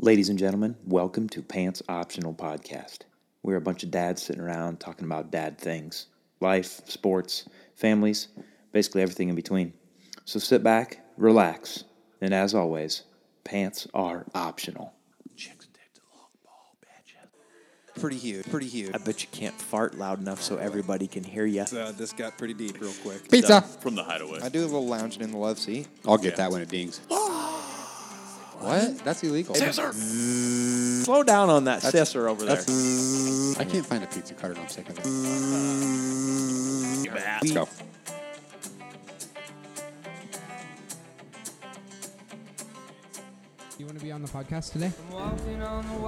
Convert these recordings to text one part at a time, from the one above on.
Ladies and gentlemen, welcome to Pants Optional Podcast. We're a bunch of dads sitting around talking about dad things life, sports, families, basically everything in between. So sit back, relax, and as always, pants are optional. pretty huge, pretty huge. I bet you can't fart loud enough so everybody can hear you. Uh, this got pretty deep real quick. Pizza. from the hideaway. I do a little lounging in the love seat. I'll get Yeah. that when it dings. what? That's illegal. Slow down on that scissor over there. I can't find a pizza cutter. and I'm sick of it. Mm. Let's go. You want to be on the podcast today?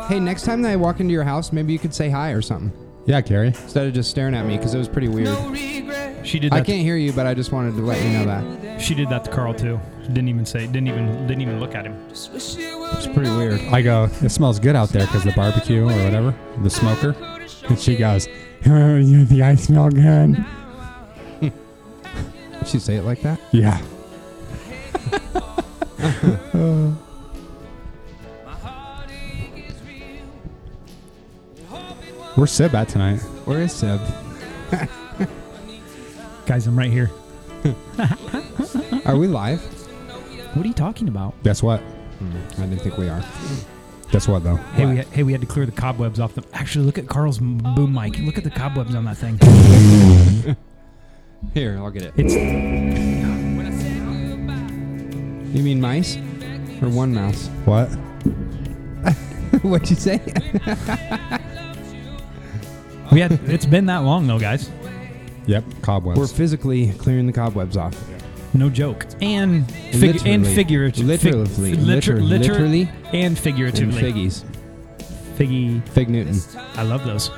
Hey, next time that I walk into your house, maybe you could say hi or something. Yeah, Carrie. Instead of just staring at me, because it was pretty weird. She did. That I can't hear you, but I just wanted to let you know that. she did that to Carl too. She didn't even say. Didn't even. Didn't even look at him. It's pretty weird. I go. It smells good out there because the barbecue or whatever, the smoker. And she goes, "Oh, you think I smell good?" Did she say it like that? Yeah. Where's Sib at tonight? Where is Seb? Guys, I'm right here. Are we live? What are you talking about? Guess what? I didn't think we are. Guess what though? Hey, we, hey, we had to clear the cobwebs off the. Actually, look at Carl's m- boom mic. Look at the cobwebs on that thing. Here, I'll get it. It's You mean mice? Or one mouse? What? What'd you say? we had. It's been that long though, guys. Yep, cobwebs. We're physically clearing the cobwebs off. No joke. And fig- and Literally. figurative. Literally. liter- Liter- liter- literally. and And figuratively. figgies. Figgy. Fig Newton. I love those.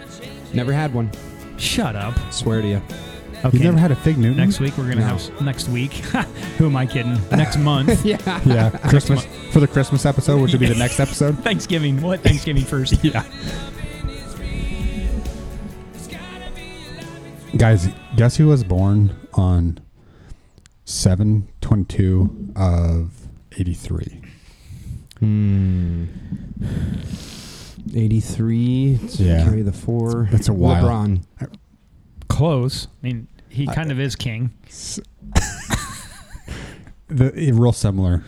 Never had one. Shut up. Swear to you. Okay. You've never had a fig Newton? next week we're gonna No. have next week. Who am I kidding? Next month. Yeah. Yeah, Christmas for the Christmas episode, which would be the next episode. Thanksgiving. What Thanksgiving first? Yeah. Guys, guess who was born on 722 of 83? Hmm. 83 to Yeah. carry the four. That's a while. LeBron. Close. I mean, he kind of is king. The, eh, real similar,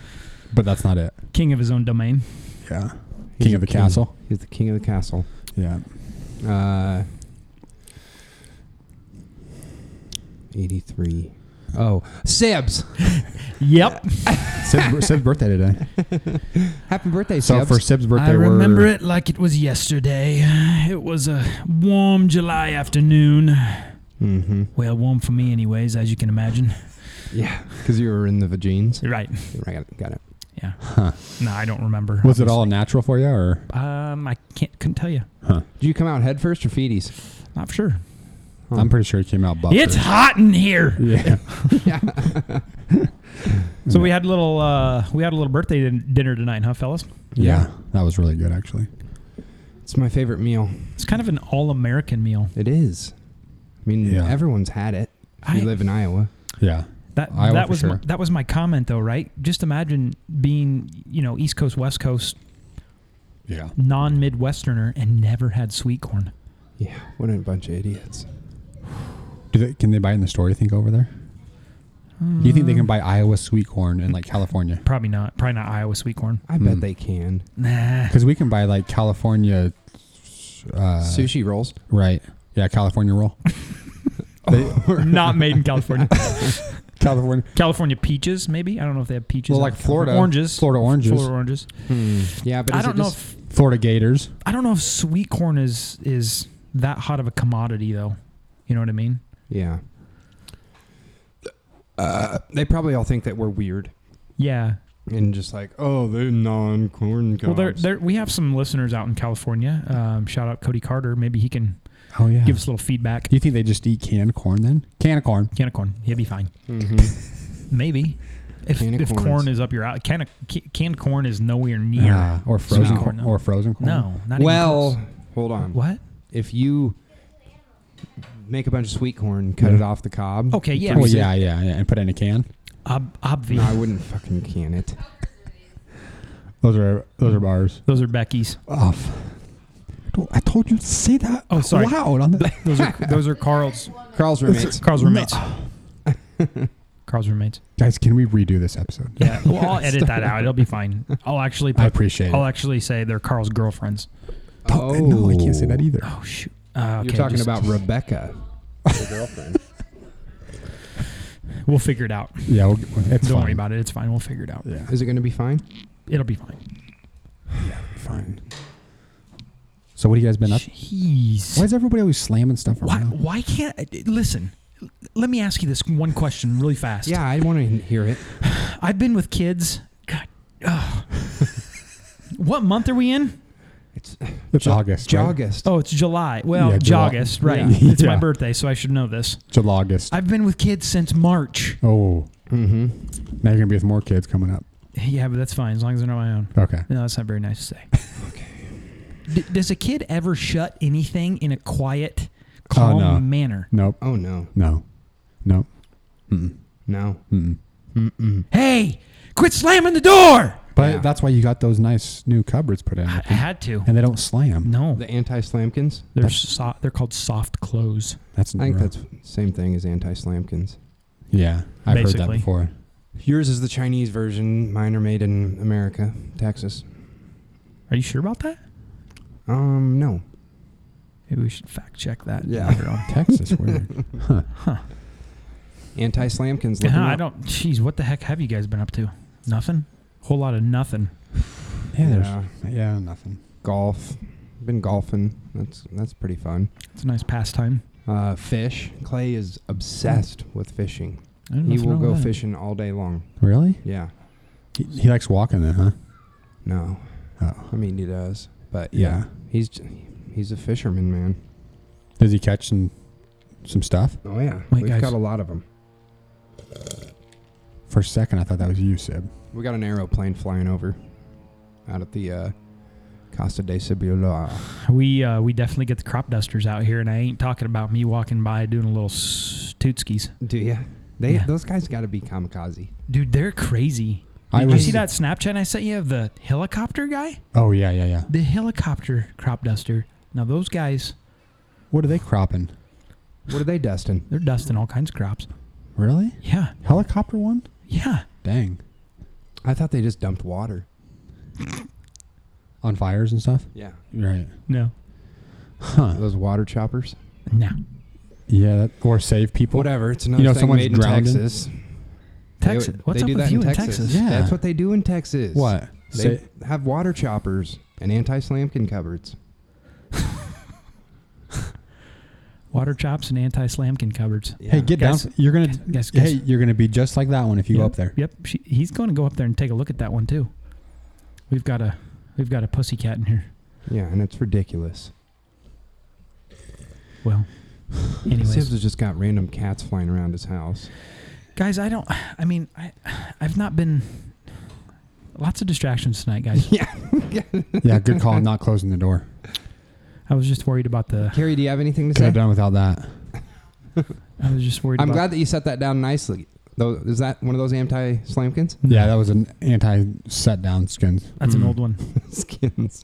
but that's not it. King of his own domain. Yeah. He's King of the castle. He's the king of the castle. Yeah. Uh, 83. Oh, Sibs. Yep. Sib's, Sib's birthday today. Happy birthday, So Sibs. for Sib's birthday, I remember we're, it like it was yesterday. It was a warm July afternoon. mm-hmm. Well, warm for me, anyways, as you can imagine. Yeah, because you were in the jeans. Right. I got it. Got it. Yeah. Huh. No, I don't remember. Was it all natural for you or? Um, I can't. Couldn't tell you. Huh. Did you come out head first or feeties? Not sure. I'm pretty sure it came out buffer. It's hot in here. yeah. yeah. So we had a little. Uh, we had a little birthday din- dinner tonight, huh, fellas? Yeah. That was really good, actually. It's my favorite meal. It's kind of an all-American meal. It is. I mean, Yeah. everyone's had it. If you I- live in Iowa. Yeah. That Iowa that for was my, sure. that was my comment though, right? Just imagine being you know East Coast, West Coast, Yeah. non-Midwesterner, and never had sweet corn. Yeah, what a bunch of idiots. Do they, can they buy it in the store? You think over there? Do you think they can buy Iowa sweet corn in like California? Probably not. Probably not Iowa sweet corn. I bet they can. Nah. Because we can buy like California, uh, Sushi rolls. right? Yeah, California roll. They- Not made in California. California, California peaches, maybe. I don't know if they have peaches. Well, out like in California. Florida- oranges, Florida oranges. Florida oranges. Yeah, but I is it don't know. just- If, Florida Gators. I don't know if sweet corn is is that hot of a commodity though. You know what I mean? yeah. Uh, they probably all think that we're weird Yeah. and just like, oh, they're non corn Well, there, there we have some listeners out in California. Um, shout out Cody Carter. Maybe he can Oh yeah. give us a little feedback. Do you think they just eat canned corn then? Can of corn. Can of corn, he'll be fine. Mm-hmm. Maybe. If, Can of if corns. corn is up your alley, can of, ca- canned corn is nowhere near. Ah, or frozen Sweet corn, corn, no. or frozen corn. No, not even Well, close. hold on. What? If you make a bunch of sweet corn, cut Yeah. it off the cob. Okay, yeah. Oh yeah, yeah, yeah, and put it in a can. Ob- No, obvious. I wouldn't fucking can it. Those are those are bars. Those are Becky's. Off. I told you to say that. Oh, sorry. Loud on the. Those are those are Carl's. Carl's roommates. Carl's roommates. Carl's roommates. Guys, can we redo this episode? Yeah. Well, I'll edit that out. It'll be fine. I'll actually. I appreciate it. I'll actually say they're Carl's girlfriends. Oh, no, I can't say that either. Oh shoot. Uh, You're okay, talking just- about Rebecca. We'll figure it out. Yeah, we'll, it's Don't fine. worry about it. It's fine. We'll figure it out. Yeah, Is it going to be fine? It'll be fine. fine. So what have you guys been up? Jeez. Why is everybody always slamming stuff Why, around? why can't I- listen? l- Let me ask you this one question really fast. Yeah, I want to hear it. I've been with kids. God. ugh. what month are we in? It's It's August. right? August. Oh, it's July. Well, Yeah, July. August, right? Yeah. It's my Yeah. birthday, so I should know this. Till August. I've been with kids since March. oh, Mm-hmm. now you're gonna be with more kids coming up. Yeah, but that's fine as long as they're not my own. Okay. No, that's not very nice to say. D- does a kid ever shut anything in a quiet, calm Uh, no. manner? Nope. Oh no, No. Nope. Mm. no. Hmm. Mm. Mm-mm. Hey, quit slamming the door! But Yeah. that's why you got those nice new cupboards put in, I had to. and they don't slam. No, The anti-slamkins. they're so- they're called soft close. That's I think rough. that's same thing as anti-slamkins. yeah. I've heard that Basically. before. Yours is the Chinese version. Mine are made in America, Texas. Are you sure about that? Um, no. Maybe we should fact check that. Yeah. later on. Texas, weird. huh. Anti-slamkins. Look Yeah, 'em I up. don't. Jeez, what the heck have you guys been up to? Nothing. Whole lot of nothing. Yeah, Yeah. there's yeah, nothing. golf. Been golfing. That's that's pretty fun. It's a nice pastime. Uh, fish. Clay is obsessed with fishing. Hmm. I don't know He if you will know go that. fishing all day long. Really? Yeah. He, he likes walking then, huh? No. Oh. I mean, he does. But yeah, Yeah. he's j- he's a fisherman, man. Does he catch some some stuff? Oh yeah. Wait, We've guys. got a lot of them. For a second, I thought that was you, Sib. We got an aeroplane flying over out at the uh, Costa de Cibola. We uh, we definitely get the crop dusters out here, and I ain't talking about me walking by doing a little s- tootskis. Do you? They Yeah. those guys got to be kamikaze. Dude, they're crazy. I Did you was- see that Snapchat I sent you of the helicopter guy? Oh yeah, yeah, yeah. The helicopter crop duster. Now those guys, What are they cropping? What are they, Dustin? they're dusting all kinds of crops. Really? Yeah, Helicopter one? yeah. Dang. I thought they just dumped water. On fires and stuff? Yeah, Right. No, Huh. those water choppers. no. Yeah, that, or save people. Whatever. It's another You know, thing someone's made in drowning. Texas. Texas. They, What's they up do with that you in in Texas? Texas? Yeah. That's what they do in Texas. What? They Sa- have water choppers and anti-slamkin cupboards. Water chops and anti-slamkin cupboards. Hey, get Guys- down. You're gonna. guys- guys- Hey, you're gonna be just like that one if you go up there. Yep, she, he's going to go up there and take a look at that one too. We've got a we've got a pussy cat in here. Yeah, and it's ridiculous. Well, Sibs anyways, has just got random cats flying around his house. guys, I don't. I mean, I I've not been lots of distractions tonight, guys. yeah, good call. Not closing the door. I was just worried about the. Carrie, do you have anything to Could say? have done without that. I was just worried. I'm about glad that you set that down nicely. Though, is that one of those anti-slamkins Yeah, that Hmm. was an anti-set down skins. Hmm. That's an Mm. old one. skins?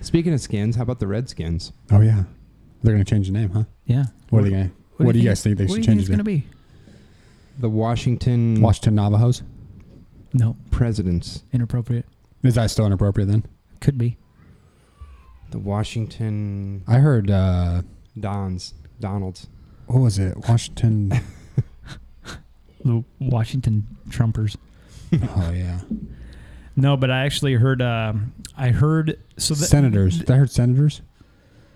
Speaking of skins, how about the Redskins? Oh yeah, they're gonna change the name, huh? Yeah. What, are they gonna? What, do you guys think they what should do you change think it it's to? gonna be? The Washington Washington Navajos. No, Presidents. inappropriate. Is that still inappropriate then? Could be. The Washington I heard. uh Dons. Donalds. What was it? Washington. The Washington Trumpers. oh yeah. No, but I actually heard. Um, I heard. So that, senators. Did I heard senators.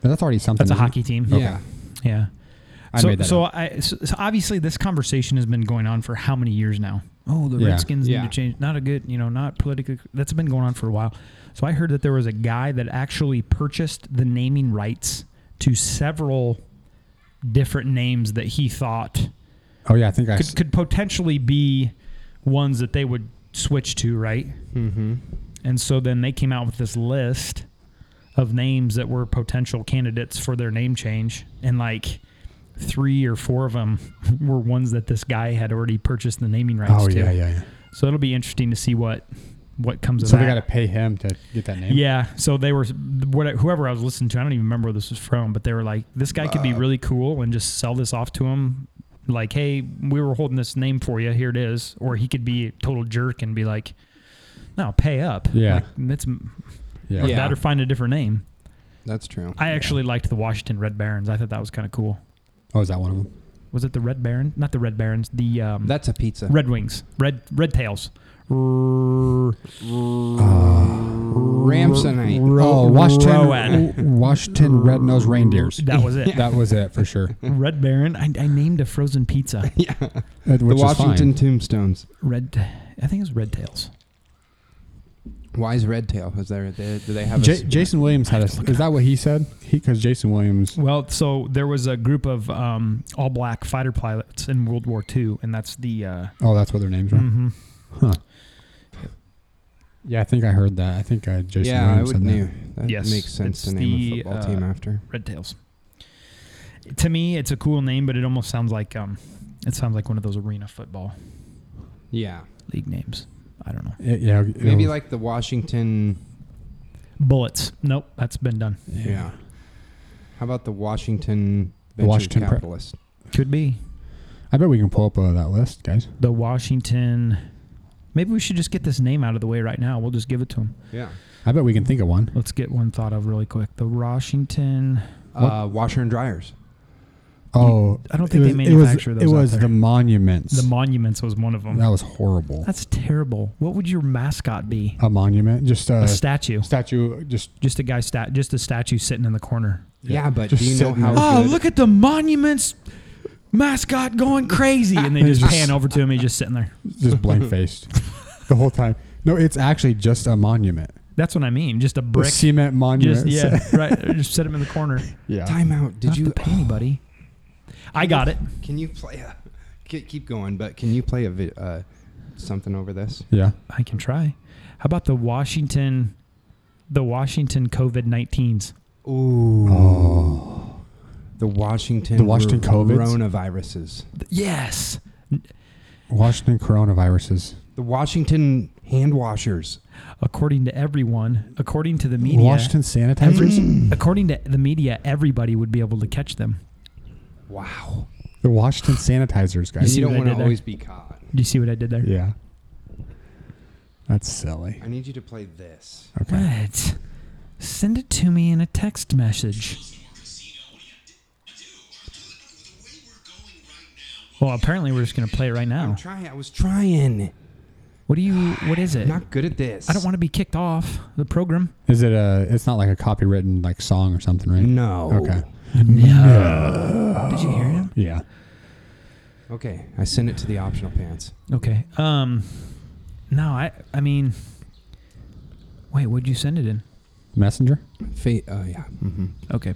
That's already something. That's a isn't it? hockey team. Yeah. Yeah. I so, made that so I so, so obviously this conversation has been going on for how many years now? Oh, the Yeah. Redskins Yeah. need to change. Not a good, you know, not political. That's been going on for a while. So I heard that there was a guy that actually purchased the naming rights to several different names that he thought Oh yeah, I think I. s- could, could potentially be ones that they would switch to, right? Mm-hmm. And so then they came out with this list of names that were potential candidates for their name change. And like three or four of them were ones that this guy had already purchased the naming rights oh to. yeah, yeah, yeah. So it'll be interesting to see what what comes of So that. they got to pay him to get that name. Yeah. So they were what- whoever I was listening to. I don't even remember where this was from, but they were like, "This guy could be really cool and just sell this off to him." Like, hey, we were holding this name for you. Here it is. Or he could be a total jerk and be like, "No, pay up." Yeah. Like, that's Yeah. or Yeah. that, or find a different name. That's true. I actually liked the Washington Red Barons. I thought that was kind of cool. Oh, is that one of them? Was it the Red Baron? Not the Red Barons. The um, That's a pizza. Red Wings. Red Red Tails. R- Ramsonite. oh, Washington, Rowan. w- Washington red nosed reindeers. That was it. That was it for sure. Red Baron. I, I named a frozen pizza. Which the is Washington fine. tombstones. Red. I think it was Red Tails. Why is Red Tail? Is there? They, do they have? a J- s- Jason Williams had a. Is that what he said? Because Jason Williams. Well, so there was a group of um, all black fighter pilots in World War II, and that's the. Uh, Oh, that's what their names were. mhm. Huh. Yeah, I think I heard that. I think I Jason yeah, I Williams would said that. knew. That Yes, makes sense to it's name the, a football team uh, after. Red Tails. To me, it's a cool name, but it almost sounds like um, it sounds like one of those arena football Yeah, league names. I don't know. It- yeah, maybe it- like the Washington. Bullets. Nope, that's been done. Yeah. How about the Washington? The venture Washington Pre- capitalist. Could be I bet we can pull up uh, that list, guys. the Washington. Maybe we should just get this name out of the way right now. We'll just give it to him. yeah. I bet we can think of one. Let's get one thought of really quick. The Washington. Uh, washer and dryers. Oh, I don't it think they was- manufacture it was, those It out was there. the monuments. The monuments was one of them. that was horrible. That's terrible. What would your mascot be? a monument, just a, a statue. statue. Just Just a guy stat. Just a statue sitting in the corner. Yeah, but Just do you know sitting how? there. Oh, good- look at the monuments mascot going crazy, and they just pan over to him. He's just sitting there. just blank faced the whole time. No, it's actually just a monument. That's what I mean. Just a The brick. cement Just monument. yeah, right. Just sit him in the corner. yeah. Time out. Did Not you to pay anybody? I got it. Can you play? A, ke- keep going, but can you play a vi- uh, something over this? Yeah. I can try. How about the Washington, the Washington COVID nineteens? Ooh. The Washington. The Washington ro- Covids? Coronaviruses. Yes. Washington coronaviruses. The Washington hand washers. According to everyone, according to the media, Washington sanitizers. according to the media, everybody would be able to catch them. Wow. the Washington sanitizers, And guys. see you don't what want I did to there? always be caught. Do you see what I did there? Yeah. That's silly. I need you to play this. Okay. What? Send it to me in a text message. Well, apparently we're just gonna play it right I'm now. trying. I was trying. What do you? What is it? Not good at this. I don't want to be kicked off the program. Is it a? It's not like a copywritten like song or something, right? No. Okay. Did you hear him? Yeah. Okay. I sent it to the optional pants. Okay. Um. No, I. I mean. Wait, what'd you send it in? Messenger. Fa- uh, yeah. Mm-hmm. Okay.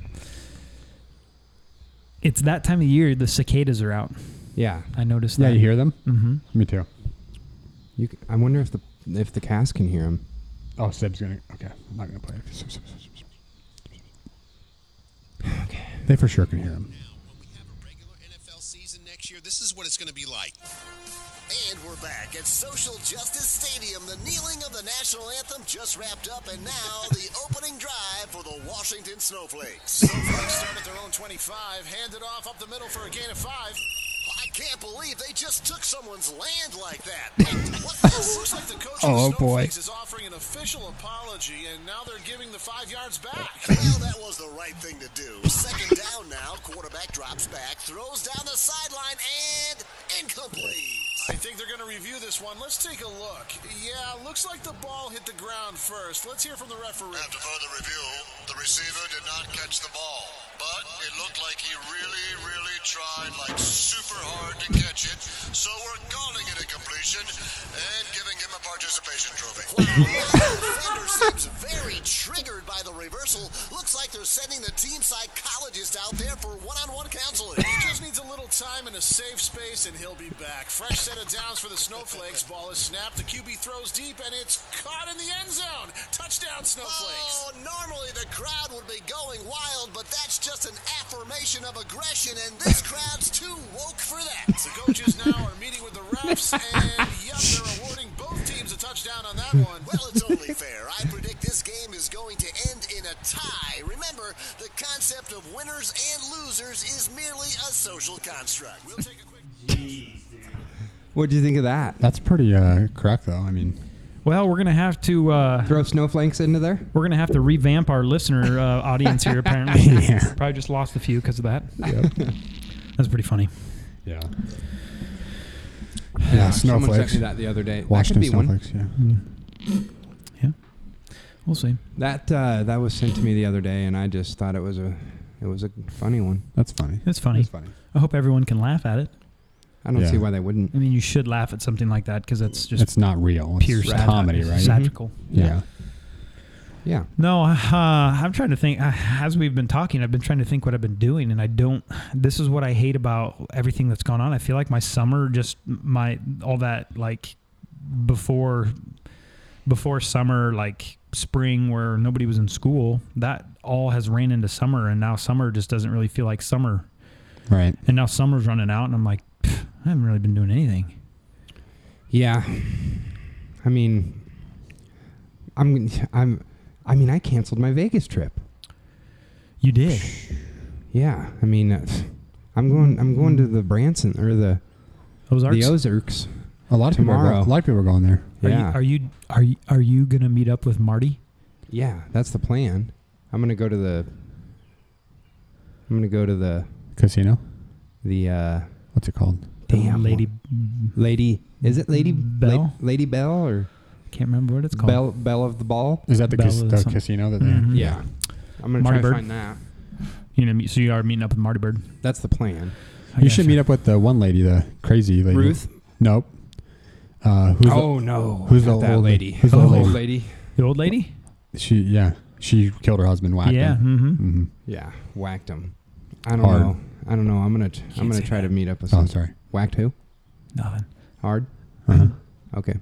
It's that time of year. The cicadas are out. Yeah. I noticed Yeah, that. you hear them? Mm-hmm. Me too. You. c- I wonder if the if the cast can hear him. Oh, Seb's gonna. Okay, I'm not gonna play it. Okay. They for sure can hear him. when we have a regular NFL season next year, this is what it's going to be like. And we're back at Social Justice Stadium. The kneeling of the national anthem just wrapped up, and now the opening drive for the Washington Snowflakes. Snowflakes start at their own 25, handed off up the middle for a gain of five. I can't believe they just took someone's land like that. What this looks like the coach Oh, of the boy. Snowflakes is offering an official apology, and now they're giving the five yards back. well, that was the right thing to do. Second down now. Quarterback drops back, throws down the sideline, and incomplete. I think they're going to review this one. Let's take a look. Yeah, looks like the ball hit the ground first. Let's hear from the referee. After further review, the receiver did not catch the ball, but it looked like he really, really tried like super hard to catch it. So we're calling it a completion and giving him a participation trophy. defender seems very triggered by the reversal. Looks like they're sending the team psychologist out there for one-on-one counseling. He just needs a little time in a safe space, and he'll be back. Fresh set of downs for the Snowflakes. Ball is snapped. The QB throws deep, and it's caught in the end zone. Touchdown, Snowflakes. Oh, normally the crowd would be going wild, but that's just an affirmation of aggression, and this crowd's too woke for that. The coaches now are meeting with the refs, and yep, they're awarding both teams a touchdown on that one. well, it's only fair. I predict this game is going to end in a tie. Remember, the concept of winners and losers is merely a social construct. We'll take a quick. What do you think of that? That's pretty uh, correct, though. I mean, Well, we're gonna have to uh, Throw snowflakes into there? we're gonna have to revamp our listener uh, audience here. Apparently, Yeah. probably just lost a few because of that. That's pretty funny. yeah. Someone Yeah, sent snowflakes. me that the other day. that Washington could be one. snowflakes, yeah. Hmm. Yeah, we'll see. That uh, that was sent to me the other day, and I just thought it was a it was a funny one. That's funny. It's funny. That's funny. I hope everyone can laugh at it. I don't Yeah. see why they wouldn't. I mean, you should laugh at something like that because that's just It's not real. It's pure satire. comedy, right? Satirical. Yeah. Yeah, No, uh, I'm trying to think. Uh, as we've been talking, I've been trying to think what I've been doing, and I don't. This is what I hate about everything that's gone on. I feel like my summer, just my all that like before, before summer, like spring, where nobody was in school. That all has ran into summer, and now summer just doesn't really feel like summer. Right. And now summer's running out, and I'm like, "Pff, I haven't really been doing anything. yeah. I mean, I'm I'm I mean I canceled my Vegas trip. You did. Yeah, I mean, uh, I'm going I'm going to the Branson or the Ozarks. the Ozarks. A lot of people. Are Tomorrow. go- a lot of people are going there. Are Yeah, you are you are you, are you gonna meet up with Marty? yeah, that's the plan. I'm gonna go to the. I'm gonna go to the Casino. the uh, What's it called? The Damn. lady. lady. Is it Lady Bell? La- Lady Bell or Can't remember what it's called. Bell Bell of the Ball? Is that the, Bella cas- the something. casino that they? Mhm. Yeah, I'm gonna Marty try Bird? to find that. You know, meet- so you are meeting up with Marty Bird. That's the plan. I You should gotcha. meet up with the one lady, the crazy lady. Ruth. Nope. Uh, who's oh no, who's Not the that old- lady? who's the old old lady? lady? the old lady. the, she? Yeah, she killed her husband. Whacked yeah. him. Mm-hmm. Mm-hmm. Yeah, whacked him. I don't Hard. know. I don't know. I'm gonna t- I'm gonna say try to meet up with. Oh, Some. sorry. Whacked who? Nothing. Hard. Uh-huh. Okay.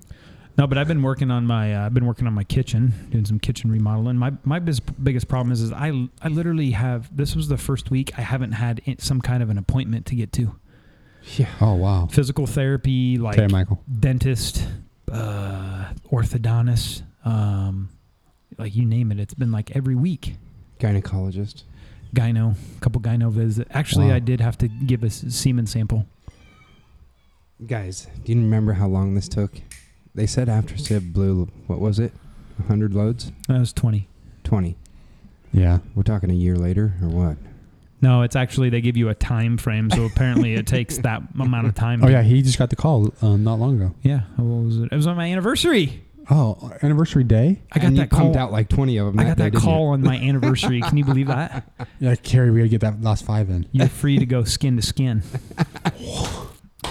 No, but I've been working on my uh, I've been working on my kitchen, doing some kitchen remodeling. My my bis- biggest problem is is I I literally have this was the first week I haven't had in- some kind of an appointment to get to Oh wow. physical therapy like Okay, Michael. dentist, uh, orthodontist, um, like you name it. It's been like every week. Gynecologist. Gyno, couple gyno visits. Actually, Wow. I did have to give a s- semen sample. Guys, do you remember how long this took? They said after Sib blew, what was it? 100 loads? That was twenty. 20. Yeah. We're talking a year later or what? No, it's actually they give you a time frame, so apparently it takes that amount of time. Oh yeah. He just got the call um, not long ago. yeah. What was it? It was on my anniversary. Oh, anniversary day. I got And you that call. pumped out like 20 of them. I got day, that didn't you? call on my anniversary. Can you believe that? Yeah, Carrie, we gotta get that last five in. You're free to go skin to skin.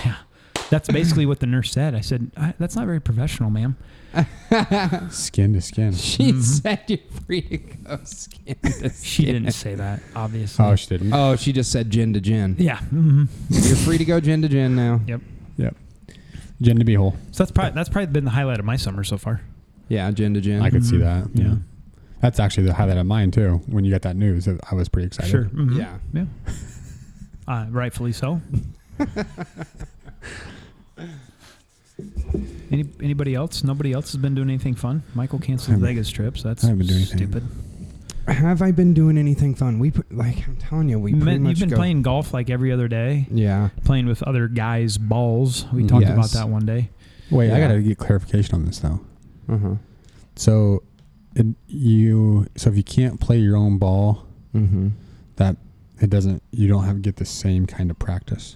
yeah, that's basically what the nurse said. I said I, that's not very professional, ma'am. Skin to skin. She Mm-hmm. said you're free to go skin to She skin. didn't say that, obviously. Oh, she didn't. Oh, she just said gin to gin. yeah. hmm You're free to go gin to gin now. Yep. Yep. Jen to be whole. So that's probably that's probably been the highlight of my summer so far. Yeah, gin to gin. I could see that. Yeah. That's actually the highlight of mine too. When you got that news, I was pretty excited. Sure. Mhm. Yeah. Yeah. Uh, rightfully so. Any, anybody else? Nobody else has been doing anything fun. Michael canceled haven't- Vegas trips. That's I haven't been doing anything. stupid. Have I been doing anything fun? We put, like I'm telling you, we You pretty meant- much you've been go- playing golf like every other day, Yeah. playing with other guys' balls. Mm, We talked about Yes. that one day. Wait, I Yeah. gotta get clarification on this though. Uh huh. So, it, you so if you can't play your own ball, Mm-hmm. that it doesn't. You don't have get the same kind of practice.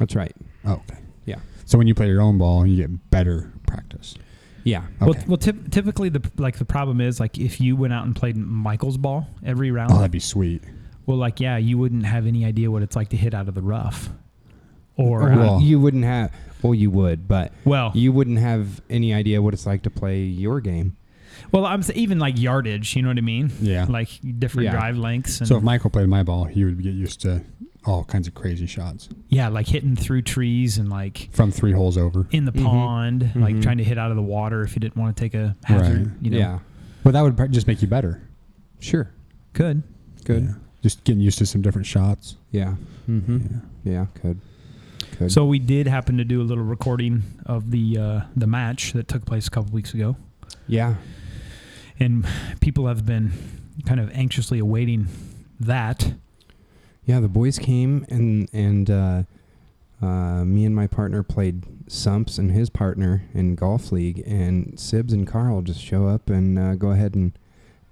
That's right. Oh, okay. Yeah. So when you play your own ball, you get better practice. Yeah. Okay. Well, well typ typically the like the problem is like if you went out and played Michael's ball every round, oh, that'd be sweet. well, like yeah, you wouldn't have any idea what it's like to hit out of the rough, or uh, Well, Well, you wouldn't have. Well, you would, but Well- you wouldn't have any idea what it's like to play your game. Well, I'm s- even like yardage. You know what I mean? Yeah. Like different Yeah. drive lengths. And, So if Michael played my ball, he would get used to all kinds of crazy shots yeah, like hitting through trees and like from three holes over. in the pond, like trying to hit out of the water if you didn't want to take a hazard. Mm-hmm. Right. You know, Yeah, But that would pr- just make you better. sure, could. good. Yeah. Just getting used to some different shots. Yeah, yeah, mm-hmm. yeah. could. could. So we did happen to do a little recording of the uh, the match that took place a couple weeks ago, yeah, and people have been kind of anxiously awaiting that. yeah. The boys came and and uh, uh, me and my partner played sumps and his partner in golf league, and Sibs and Carl just show up and uh, go ahead and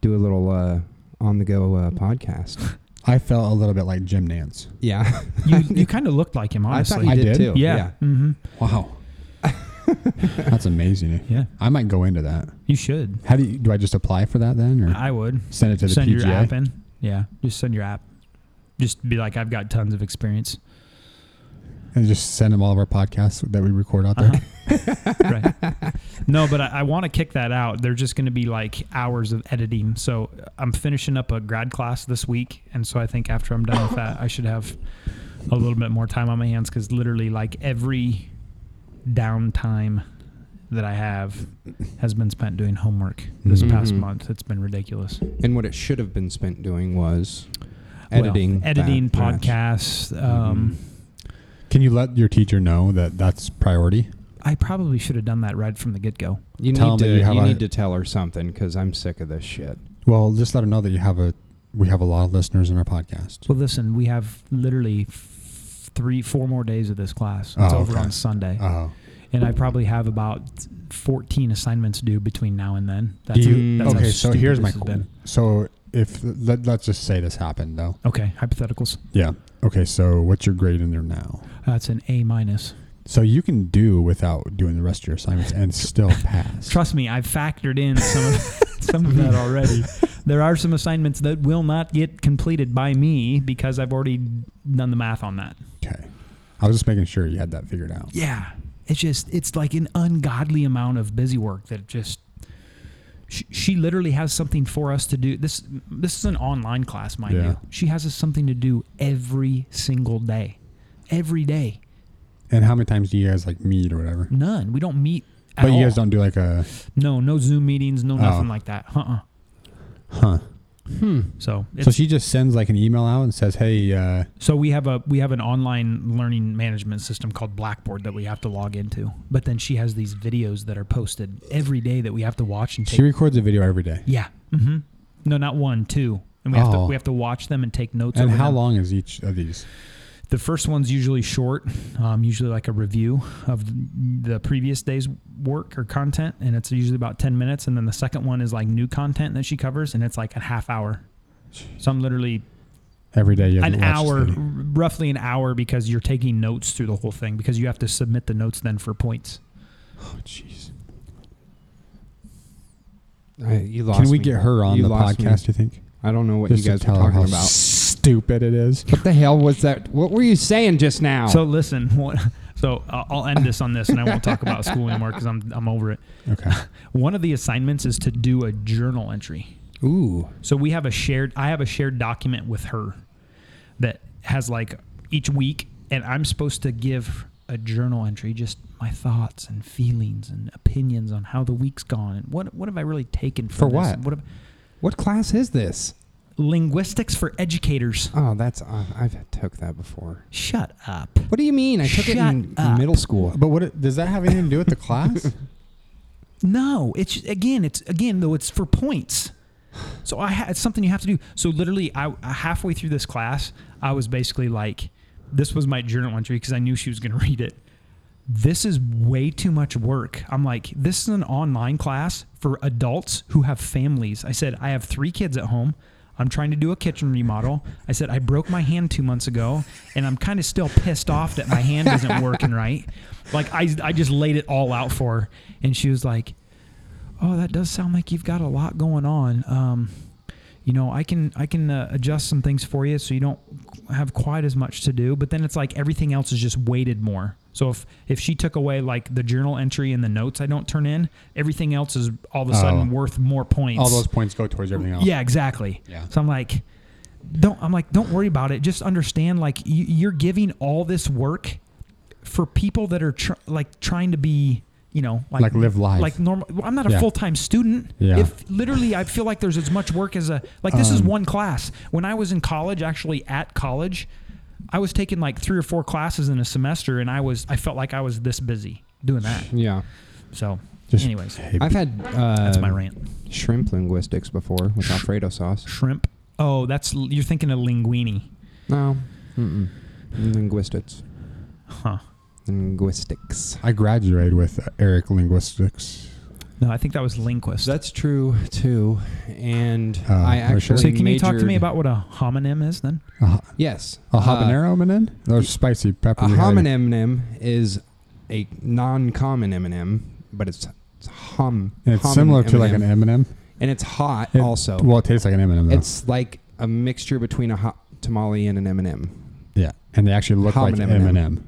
do a little uh, on the go uh, podcast. I felt a little bit like Jim Nance. Yeah, You you kind of looked like him, honestly. you I did? too. yeah. Mm-hmm. Wow, that's amazing. Yeah. I might go into that. You should. How do you, do I just apply for that then, or I would send it to the send PGA? your app in. Yeah, just send your app. Just be like, I've got tons of experience. and just send them all of our podcasts that we record out Uh-huh. there? right. No, but I, I want to kick that out. They're just going to be like hours of editing. So uh, I'm finishing up a grad class this week, and so I think after I'm done with that, I should have a little bit more time on my hands because literally, like every downtime that I have has been spent doing homework this Mm-hmm. past month. It's been ridiculous. And what it should have been spent doing was editing, well, editing that Mm-hmm. batch. podcasts. Um, Can you let your teacher know that that's priority? I probably should have done that right from the get go. You need Tell them to that you have you a- need to tell her something because I'm sick of this shit. Well, just let her know that you have a we have a lot of listeners in our podcast. Well, listen, we have literally f- three, four more days of this class. It's Oh, over okay. on Sunday, Oh, and I probably have about fourteen assignments due between now and then. That's, do how- you, that's how okay. So stupid here's this my has been. so if let, let's just say this happened though. okay hypotheticals. Yeah. Okay. So what's your grade in there now? That's an A minus. So you can do without doing the rest of your assignments and still pass. Trust me, I've factored in some of, some of that already. There are some assignments that will not get completed by me because I've already done the math on that. Okay. I was just making sure you had that figured out. Yeah. It's just, it's like an ungodly amount of busy work that just, she, she literally has something for us to do. This, this is an online class, mind Yeah. you. She has us something to do every single day. Every day. And how many times do you guys like meet or whatever? None. We don't meet at But you guys all. don't do like a No, no Zoom meetings, no nothing Oh. like that. Uh uh huh. So, it's, So she just sends like an email out and says, "Hey, uh, So we have a we have an online learning management system called Blackboard that we have to log into. But then she has these videos that are posted every day that we have to watch and take. she records a video every day." yeah. Mm-hmm. No, not one, two. And we have to Oh. we have to watch them and take notes. And over how them. long is each of these? The first one's usually short, um, usually like a review of the previous day's work or content, and it's usually about ten minutes. And then the second one is like new content that she covers, and it's like a half hour. So I'm literally Every day you have an to watch this hour, video. r- roughly an hour, because you're taking notes through the whole thing because you have to submit the notes then for points. Oh, jeez. I, you lost Can we me. get her on You the lost me. podcast? You think? I don't know what Just you guys to are tell her how talking about. stupid it is. What the hell was that? What were you saying just now? Oh. So listen, what, so I'll I'll end this on this, and I won't talk about school anymore because I'm I'm over it. Okay. One of the assignments is to do a journal entry. ooh, So we have a shared I have a shared document with her that has like each week and I'm supposed to give a journal entry just my thoughts and feelings and opinions on how the week's gone and what what have I really taken For from this? what? What have, what class is this? linguistics for educators. Oh, that's uh, I've took that before. Shut up. What do you mean? I took it Shut in up. middle school. But what does that have anything to do with the class? No, it's again, it's again though it's for points. So I ha- it's something you have to do. So literally, I halfway through this class, I was basically like, this was my journal entry because I knew she was going to read it. This is way too much work. I'm like, this is an online class for adults who have families. I said, I have three kids at home. I'm trying to do a kitchen remodel. I said, I broke my hand two months ago, and I'm kind of still pissed off that my hand isn't working right. Like, I, I just laid it all out for her. And she was like, oh that does sound like you've got a lot going on um, you know i can i can uh, adjust some things for you so you don't have quite as much to do but then it's like everything else is just weighted more so if if she took away like the journal entry and the notes i don't turn in everything else is all of a sudden Oh. worth more points All those points go towards everything else. yeah, exactly. Oh. Yeah. So I'm like, don't. I'm like, don't worry about it. Just understand, like, you, you're giving all this work for people that are tr- like trying to be, you know, like, Like live life. Like normal. well, I'm not a Yeah. full time student. Yeah. Um, If literally, I feel like there's as much work as a like. This is one class. When I was in college, actually at college. I was taking like three or four classes in a semester, and I was I felt like I was this busy doing that. Yeah. So, Just- anyways, Hey, I've had uh, that's my rant. shrimp linguistics before with Alfredo sauce. Shrimp. Oh, that's you're thinking of linguine, No. Mm-mm. Linguistics. huh? Linguistics. I graduated with uh, Eric Linguistics. No, I think that was linguist. That's true too, and Oh, I for sure. actually. so, can you talk to me majored- about what a homonym is then? A, ho- Yes, a uh, habanero menin? Or spicy pepper. A you had it. homin M&M is a non-common M&M, but it's, it's hum. And it's homin similar to like an M&M, M&M. and it's hot It- also. Well, it tastes like an M&M though. it's like a mixture between a hot tamale and an M&M. yeah. And they actually look like Homin M&M. M&M,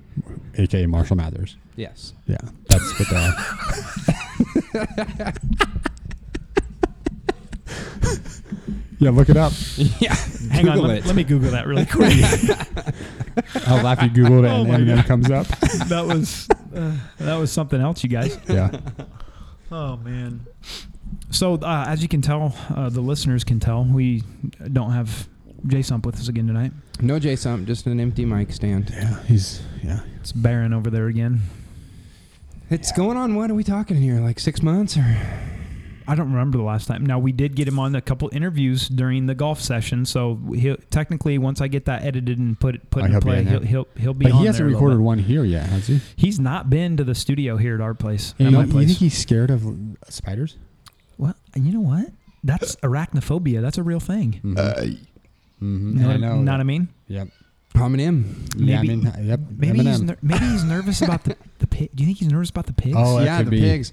aka Marshall Mathers. Yes. Yeah. That's what they are. yeah, look it up. yeah. Hang on, Google let, it. me- let me Google that really quick. I'll laugh you Googled it Oh and my M&M God. comes up. that was uh, that was something else, you guys. Yeah. Oh man. So uh, as you can tell, uh, the listeners can tell we don't have Jay Sump with us again tonight. No J sump, just an empty mic stand. Yeah. He's, yeah. It's barren over there again. It's going on. What are we talking here? Like six months or? I don't remember the last time. Now we did get him on a couple interviews during the golf session, so he'll, technically, once I get that edited and put put Oh, in he'll be play, in there. he'll, he'll he'll be. But on he hasn't there a little recorded bit. one here yet, has he? He's not been to the studio here at our place. You, at my know, you place. think he's scared of uh, spiders? well, you know what? That's arachnophobia. That's a real thing. Uh, Mm-hmm. You know, I what- know. know what I mean? yep. Homin M. yeah, I Maybe- mean, uh, yep. Maybe M&M. he's ner- maybe he's nervous about the the pig. Do you think he's nervous about the pigs? Oh, that yeah, could the be. pigs.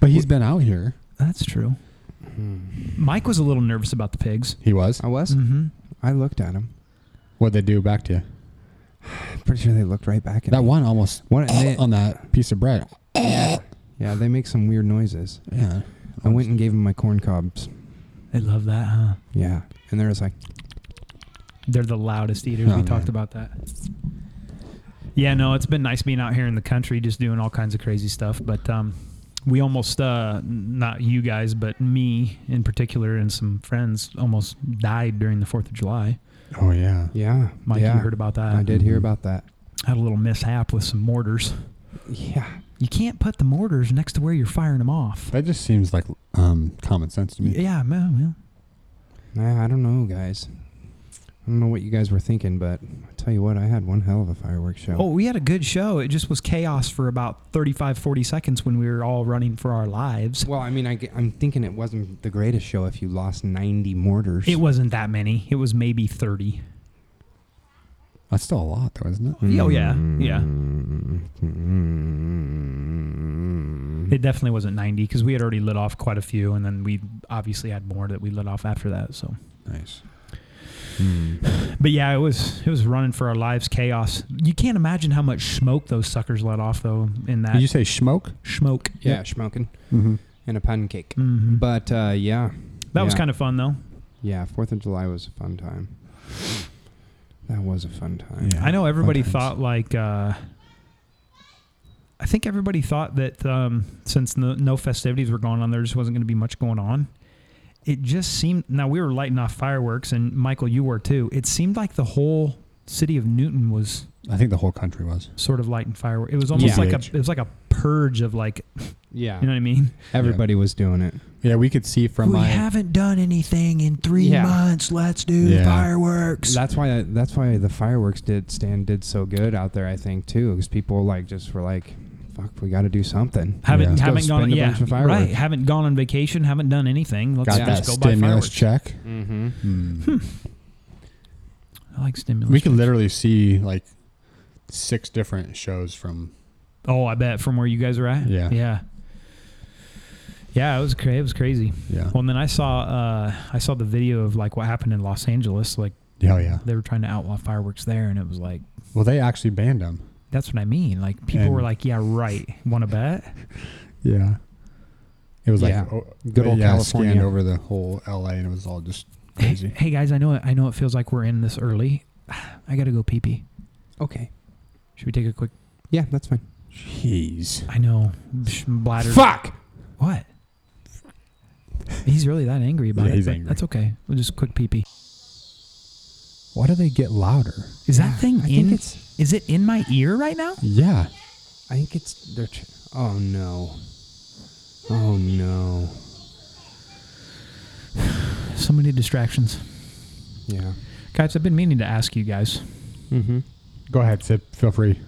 but he's been out here. That's true. Mike was a little nervous about the pigs. He was. I was. Mm-hmm. I looked at him. Oh. What'd they do back to you? I'm pretty sure they looked right back at That me. one almost What- they- on that piece of bread. Yeah, they make some weird noises. Yeah. I went and gave him my corn cobs. They love that, huh? Yeah, and they're just like, They're the loudest eaters. Oh, we man. talked about that. Yeah, no, it's been nice being out here in the country, just doing all kinds of crazy stuff. But um, we almost, uh, not you guys, but me in particular, and some friends almost died during the Fourth of July. Oh yeah. yeah, Mike, yeah. you heard about that? I did hear Mm-hmm. about that. Had a little mishap with some mortars. Yeah, You can't put the mortars next to where you're firing them off. That just seems like um, common sense to me. Yeah, man. Yeah. I, I don't know, guys. I don't know what you guys were thinking, but I tell you what, I had one hell of a fireworks show. Oh, we had a good show. It just was chaos for about 35, 40 seconds when we were all running for our lives. Well, I mean, I, am thinking it wasn't the greatest show if you lost 90 mortars. It wasn't that many. It was maybe 30. That's still a lot though, isn't it? Oh, yeah. Yeah. Mm-hmm. It definitely wasn't 90 because we had already lit off quite a few, and then we obviously had more that we lit off after that. So, Nice. but yeah, it was it was running for our lives, chaos. You can't imagine how much smoke those suckers let off though in that Did you say smoke? smoke. yeah, schmokin Mm-hmm. and a pancake. Mhm. But uh, yeah, that was yeah. kind of fun though. yeah, Fourth of July was a fun time. That was a fun time. Yeah. I know everybody times. thought like uh, I think everybody thought that um, since no, no festivities were going on, there just wasn't going to be much going on. It just seemed now we were lighting off fireworks, and Michael, you were too. It seemed like the whole city of Newton was I think the whole country was. sort of lighting fireworks. It was almost like a Yeah. it was like a purge of like Yeah, you know what I mean. everybody was doing it. Yeah, we could see from we my haven't done anything in three Yeah. months. Let's do Yeah. fireworks. That's why that's why the fireworks did stand did so good out there. I think too, because people like just were like, "Fuck, we got to do something." Haven't Let's go haven't gone spend a yeah bunch of fireworks. right. Haven't gone on vacation. Haven't done anything. Let's got Yeah. that just go buy fireworks. stimulus check. Mm-hmm. I like stimulus. We could literally see like six different shows from. Oh, I bet from where you guys are at. Yeah. yeah, yeah. It was cra- it was crazy. Yeah. Well, and then I saw uh, I saw the video of like what happened in Los Angeles. Like Hell yeah. they were trying to outlaw fireworks there, and it was like Well, they actually banned them. that's what I mean. Like people were And- like, "Yeah, right. Want to bet?" Yeah. It was Yeah. like oh, Good old yeah, California. scanned over the whole LA and it was all just hey, crazy. hey guys, I know it, I know it feels like we're in this early. I gotta go pee pee. Okay. Should we take a quick? Yeah, that's fine. Jeez. I know Psh, bladder. Fuck. What? He's really that angry about Yeah, it. he's but angry. That's okay. We'll just quick pee pee. Why do they get louder? Is that thing I think in? it's- Is it in my ear right now? Yeah. I think it's they're. Tr- oh no. Oh no. So many distractions. Yeah. Guys, I've been meaning to ask you guys. Mm-hmm. Go ahead, Sip. Feel free.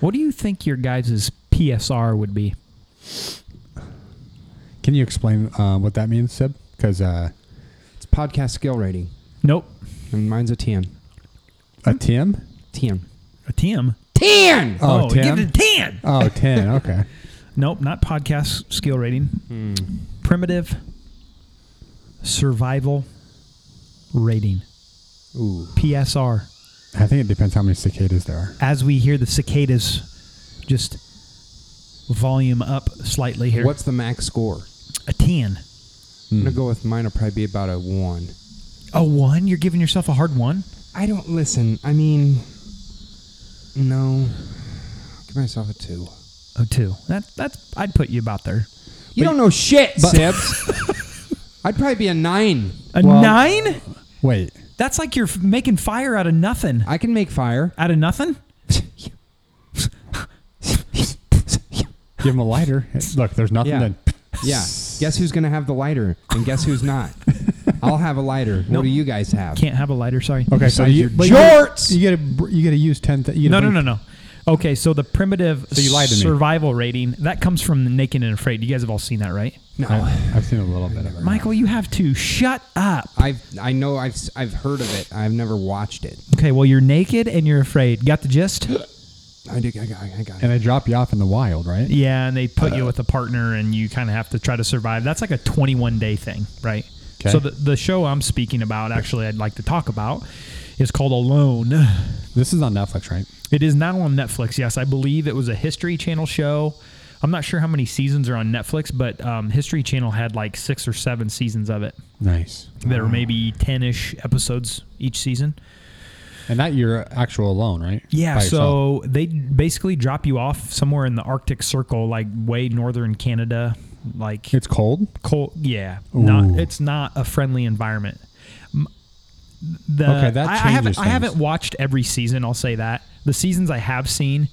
What do you think your guys' PSR would be? Can you explain uh, what that means, Sib? Because uh, It's podcast skill rating, Nope. and mine's a ten. a Tim? Ten. A TM. Ten. Oh, give it a 10? 10. Oh, 10. Okay. Nope, not podcast skill rating. Primitive survival rating. Ooh. PSR. I think it depends how many cicadas there are. As we hear the cicadas just volume up slightly here. What's the max score? a 10? I'm gonna go with mine. Will probably be about a one. A 1? You're giving yourself a hard 1? I don't listen. I mean, no. Give myself a two. A 2. Oh, That, that's, I'd put you about there. You don't know shit, Sibs. I'd probably be a nine. A 9? Wait. That's like you're f- making fire out of nothing. I can make fire. Out of nothing? Give him a lighter. Look, there's nothing. Yeah. Then Yeah. Guess who's gonna have the lighter, and guess who's not. I'll have a lighter. What do you guys have? Can't have a lighter, sorry. Okay, so Besides you, your but you gotta- jorts! You gotta br- you gotta use ten. Th- you No, gotta no, no, bring- no. Okay, so the primitive you lied to me. survival rating that comes from the Naked and Afraid. You guys have all seen that, right? No. Oh. I, I've seen a little bit of it. Michael, you have to shut up. I've I know I've s- I've heard of it. I've never watched it. Okay, well you're naked and you're afraid. Got the gist? I do. I got. I got. And they drop you off in the wild, right? yeah, and they put you with a partner, and you kind of have to try to survive. That's like a 21 day thing, right? 'Kay. So the the show I'm speaking about, actually, I'd like to talk about, is called Alone. This is on Netflix, right? It is not on Netflix. Yes, I believe it was a History Channel show. I'm not sure how many seasons are on Netflix, but um, History Channel had like six or seven seasons of it. Nice. There were maybe 10 ish episodes each season. And that you're actual alone, right? Yeah, By so yourself. they basically drop you off somewhere in the Arctic Circle, like way northern Canada, like it's cold. cold. Yeah, not Ooh. it's not a friendly environment. M- The, Okay, that I, I haven't changes I haven't things. watched every season. I'll say that the seasons I have seen,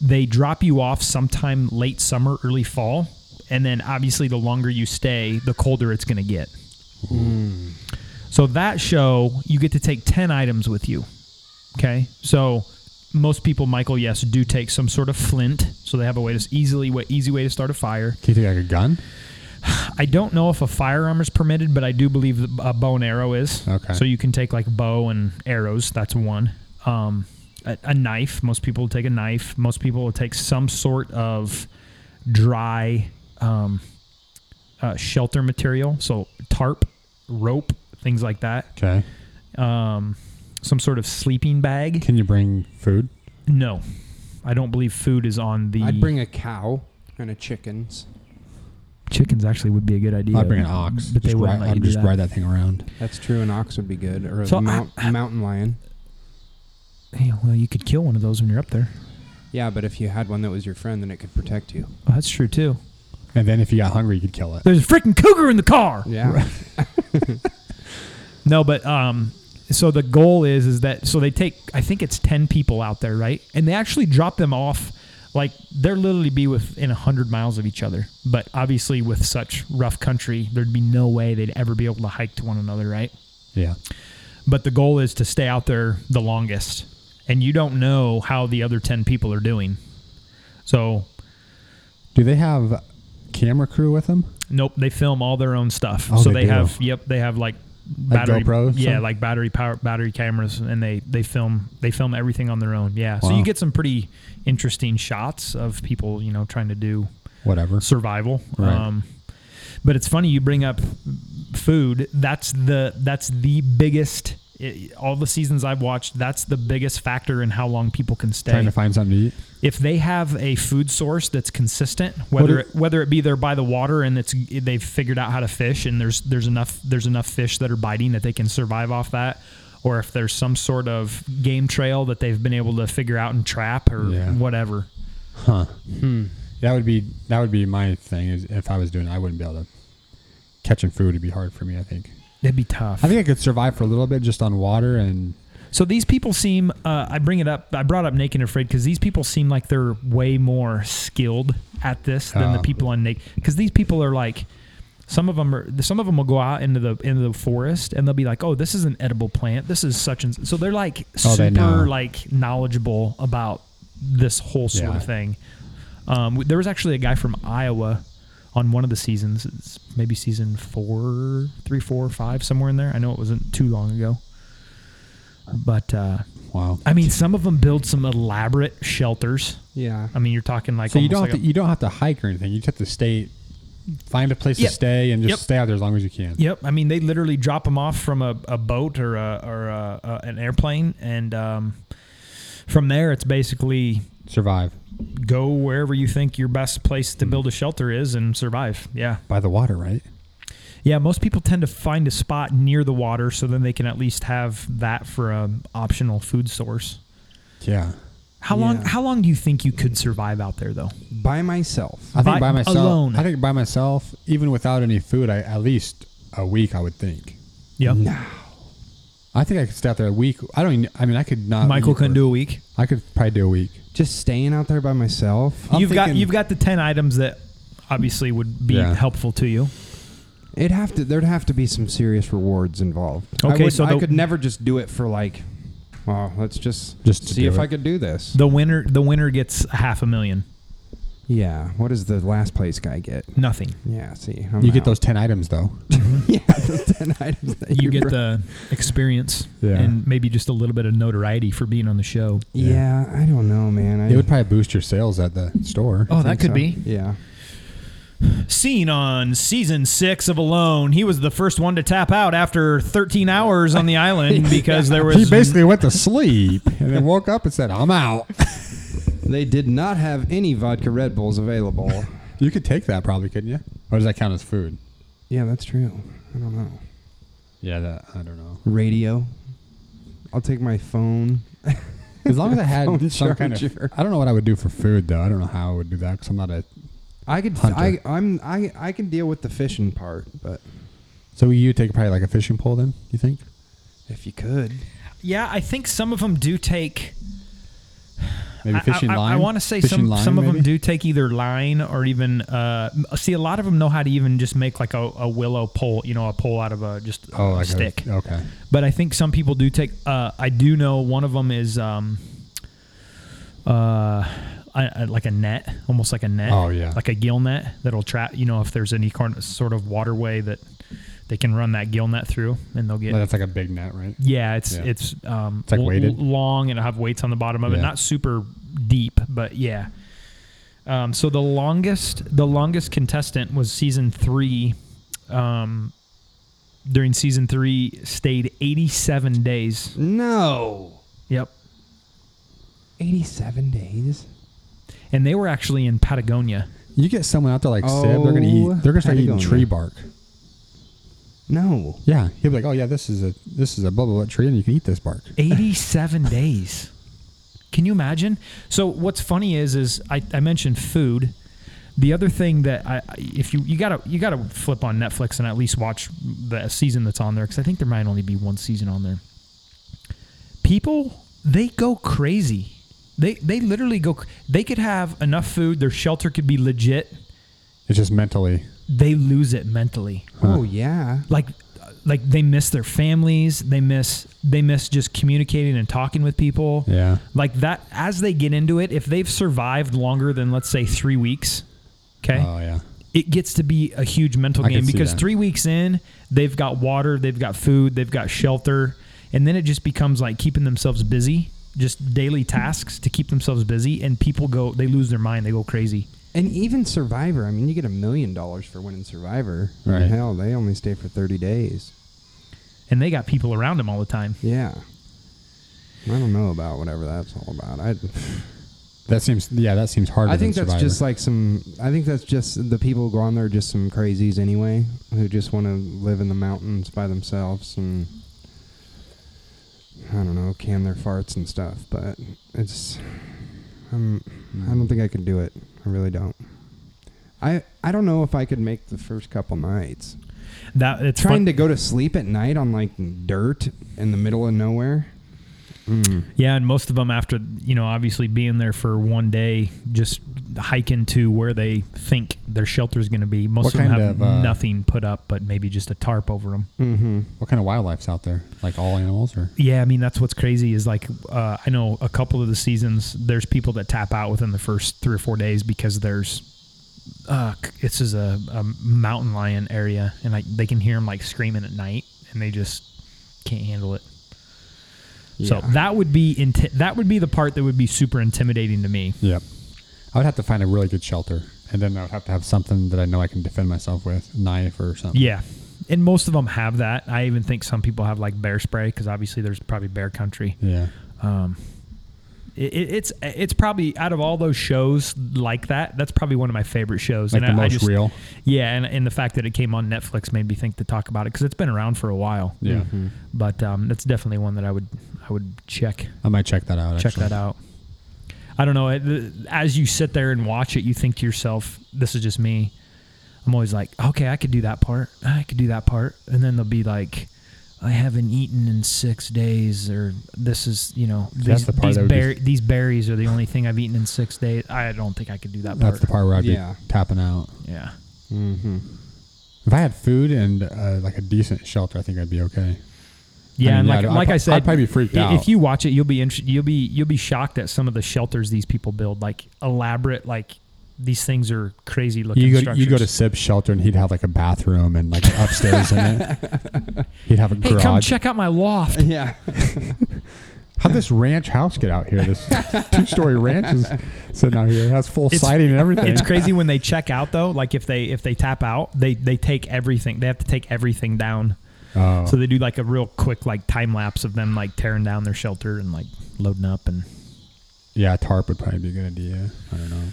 they drop you off sometime late summer, early fall, and then obviously the longer you stay, the colder it's going to get. Hmm. So that show, you get to take 10 items with you. Okay. So most people, Michael, yes, do take some sort of flint. So they have a way to easily, way, easy way to start a fire. Can you take like a gun? I don't know if a firearm is permitted, but I do believe that a bow and arrow is. Okay. So you can take like bow and arrows. That's one. Um, a, a knife. Most people will take a knife. Most people will take some sort of dry um, uh, shelter material. So tarp, rope, things like that Okay. um, some sort of sleeping bag. Can you bring food? No, I don't believe food is on the. I'd bring a cow and a chickens. chickens. Actually, would be a good idea. I'd bring an ox. but they just wouldn't ride, let you I'd do just that. ride that thing around. That's true. An ox would be good, or a So I- mount, mountain lion. Hey, well, you could kill one of those when you're up there. Yeah, but if you had one that was your friend, then it could protect you. Well, that's true too. And then if you got hungry, you could kill it. There's a freaking cougar in the car. Yeah. No, but um, so the goal is is that so they take I think it's ten people out there, right? And they actually drop them off. Like they're literally be within hundred miles of each other, but obviously with such rough country, there'd be no way they'd ever be able to hike to one another, right? Yeah. but the goal is to stay out there the longest and you don't know how the other 10 people are doing so Do they have camera crew with them? nope they film all their own stuff Oh, so they they, do. have yep they have like battery GoPro or yeah something? like battery power battery cameras and they they film they film everything on their own yeah so Wow. you get some pretty interesting shots of people you know trying to do Whatever. survival. Right. Um, but it's funny you bring up food. That's the that's the biggest. i all the seasons I've watched, that's the biggest factor in how long people can stay. Trying to find something to eat. if they have a food source that's consistent, whether are- it, whether it be they're by the water and it's they've figured out how to fish and there's there's enough there's enough fish that are biting that they can survive off that, or if there's some sort of game trail that they've been able to figure out and trap or Yeah. whatever. Huh. That would be that would be my thing. Is if I was doing, it, I wouldn't be able to catching food would be hard for me. I think. That'd be tough. I think I could survive for a little bit just on water and So these people seem. Uh, I bring it up. I brought up Naked and Afraid because these people seem like they're way more skilled at this than the Ah. people on Naked. Because these people are like, some of them are. Some of them will go out into the into the forest and they'll be like, "Oh, this is an edible plant. This is such and." So they're like Oh, they know. super like knowledgeable about this whole sort Yeah. of thing. Um, there was actually a guy from Iowa on one of the seasons, it's maybe season four, three, four, five, somewhere in there. I know it wasn't too long ago. But uh, wow. I mean, some of them build some elaborate shelters. Yeah. I mean, you're talking like So you almost don't like have to, a- you don't have to hike or anything. You just have to stay, find a place Yep. to stay, and just Yep. stay out there as long as you can. Yep, I mean they literally drop them off from a, a boat or a, or a, a, an airplane, and um, from there it's basically Survive go wherever you think your best place to build a shelter is and survive. Yeah, by the water, right? yeah. Most people tend to find a spot near the water, so then they can at least have that for a optional food source. Yeah. How long? Yeah. How long do you think you could survive out there, though? By myself. I think By- by, myself. alone. I think by myself, even without any food, I at least a week. I would think. Yeah, I think I could stay out there a week. I don't. Even, I mean, I could not. Michael leave couldn't for- do a week. I could probably do a week. Just staying out there by myself. I'm you've got thinking- you've got the ten items that obviously would be Yeah. helpful to you. It'd have to. There'd have to be some serious rewards involved. Okay, I would, so I the- could never just do it for like. Well, let's just Just to see do if it. I could do this. The winner the winner gets a half a million. yeah. What does the last place guy get? Nothing. Yeah. See, I'm You get out. those ten items though. yeah, those ten items. That You get brought. the experience Yeah. and maybe just a little bit of notoriety for being on the show. Yeah, I don't know, man. I, It would probably boost your sales at the store. Oh, that think could so. be. Yeah. Seen on season six of Alone, he was the first one to tap out after 13 hours on the island because there was he basically went to sleep and then woke up and said, "I'm out." They did not have any vodka Red Bulls available. You could take that probably, couldn't you? Or does that count as food? yeah, that's true. I don't know. Yeah, that I don't know. Radio. I'll take my phone. As long as I Phone had some kind charger. of, I don't know what I would do for food though. I don't know how I would do that because I'm not a. I could. Hunter. I, I'm. I. I can deal with the fishing part, but So you take probably like a fishing pole then? You think? if you could, Yeah, I think some of them do take Maybe I- fishing I, I, line. want to say Fishing some line, some of maybe? them do take either line or even uh, m- see a lot of them know how to even just make like a, a willow pole, you know, a pole out of a just Oh, a like a- stick. okay. But I think some people do take. Uh, I do know one of them is um, uh, I, I- like a net, almost like a net. Oh, yeah. like a gill net that'll trap. You know, if there's any kind of- sort of waterway that they can run that gill net through, and they'll get But that's like a big net, right? yeah, it's Yeah. it's um It's like l- weighted? l- long and it'll have weights on the bottom of it. Yeah. Not super deep, but yeah. Um, so the longest the longest contestant was season three. Um, during season three, stayed eighty seven days. no. Yep, Eighty-seven days. and they were actually in Patagonia. You get someone out there like Sib, they're gonna Oh, eat. They're gonna start eating Patagonia. tree bark. No. Yeah, he'll be like, "Oh yeah, this is a this is a blah blah blah tree, and you can eat this bark." Eighty seven days. Can you imagine? So what's funny is is I, I mentioned food. The other thing that I I- if you you gotta you gotta flip on Netflix and at least watch the season that's on there because I think there might only be one season on there. People they go crazy. They they literally go. cr- They could have enough food. Their shelter could be legit. It's just mentally. They lose it mentally Oh yeah. like like they miss their families they miss they miss just communicating and talking with people Yeah. like that as they get into it if they've survived longer than let's say three weeks okay Oh yeah. it gets to be a huge mental I can game see because that. three weeks in they've got water they've got food they've got shelter and then it just becomes like keeping themselves busy just daily tasks to keep themselves busy and people go they lose their mind they go crazy And even Survivor. I mean, you get a million dollars for winning Survivor. I mean, Right. Hell, they only stay for thirty days. and they got people around them all the time Yeah. I don't know about whatever that's all about. I, That seems. Yeah, that seems harder. I think than that's Survivor. just like some. I think that's just the people who go on there are just some crazies anyway, who just want to live in the mountains by themselves and I don't know, can their farts and stuff. But it's, I'm, I don't think I could do it. I really don't. I I I don't know if I could make the first couple nights. That it's Trying fun- to go to sleep at night on like dirt in the middle of nowhere. Yeah, and most of them after you know, obviously being there for one day, just hiking to where they think their shelter is going to be. Most What of them kind have of, uh, nothing put up, but maybe just a tarp over them. What kind of wildlife's out there? Like all animals, or Yeah, I mean that's what's crazy is like uh, I know a couple of the seasons there's people that tap out within the first three or four days because there's uh, c- this is a, a mountain lion area and like they can hear them like screaming at night and they just can't handle it. So that would be inti- that would be the part that would be super intimidating to me. yep. I would have to find a really good shelter, and then I would have to have something that I know I can defend myself with, knife or something. Yeah. And most of them have that. I even think some people have like bear spray because obviously there's probably bear country. yeah. It, it, it's it's probably out of all those shows like that, that's probably one of my favorite shows. Like the I, I most just- real. Yeah, and, and the fact that it came on Netflix made me think to talk about it because it's been around for a while. Yeah. But um, that's definitely one that I would I would check I might check that out. check actually. that out. I don't know. it- As you sit there and watch it, you think to yourself, "This is just me." I'm always like, "Okay, I could do that part. I could do that part," and then they'll be like, "I haven't eaten in six days," or "This is you know That's these, the part these, that would be- berry- these berries are the only thing I've eaten in six days." I don't think I could do that part. That's the part where I'd Yeah. be tapping out. Yeah. If I had food and uh, like a decent shelter, I think I'd be okay. Yeah, mean, and yeah, like, I'd- like I'd I pro- said, I'd probably be freaked i- out. If you watch it, you'll be int- you'll be you'll be shocked at some of the shelters these people build, like elaborate, like these things are crazy looking. You go, structures. you go to Sib's shelter and he'd have like a bathroom and like upstairs in it. He'd have a hey, garage. come check out my loft. Yeah. How'd this ranch house get out here? This two story ranch is sitting out here. It has full It's- siding and everything. It's crazy when they check out though. Like if they if they tap out, they they take everything. They have to take everything down. Oh. So they do like a real quick like time lapse of them like tearing down their shelter and like loading up and yeah, a tarp would probably be a good idea. I don't know.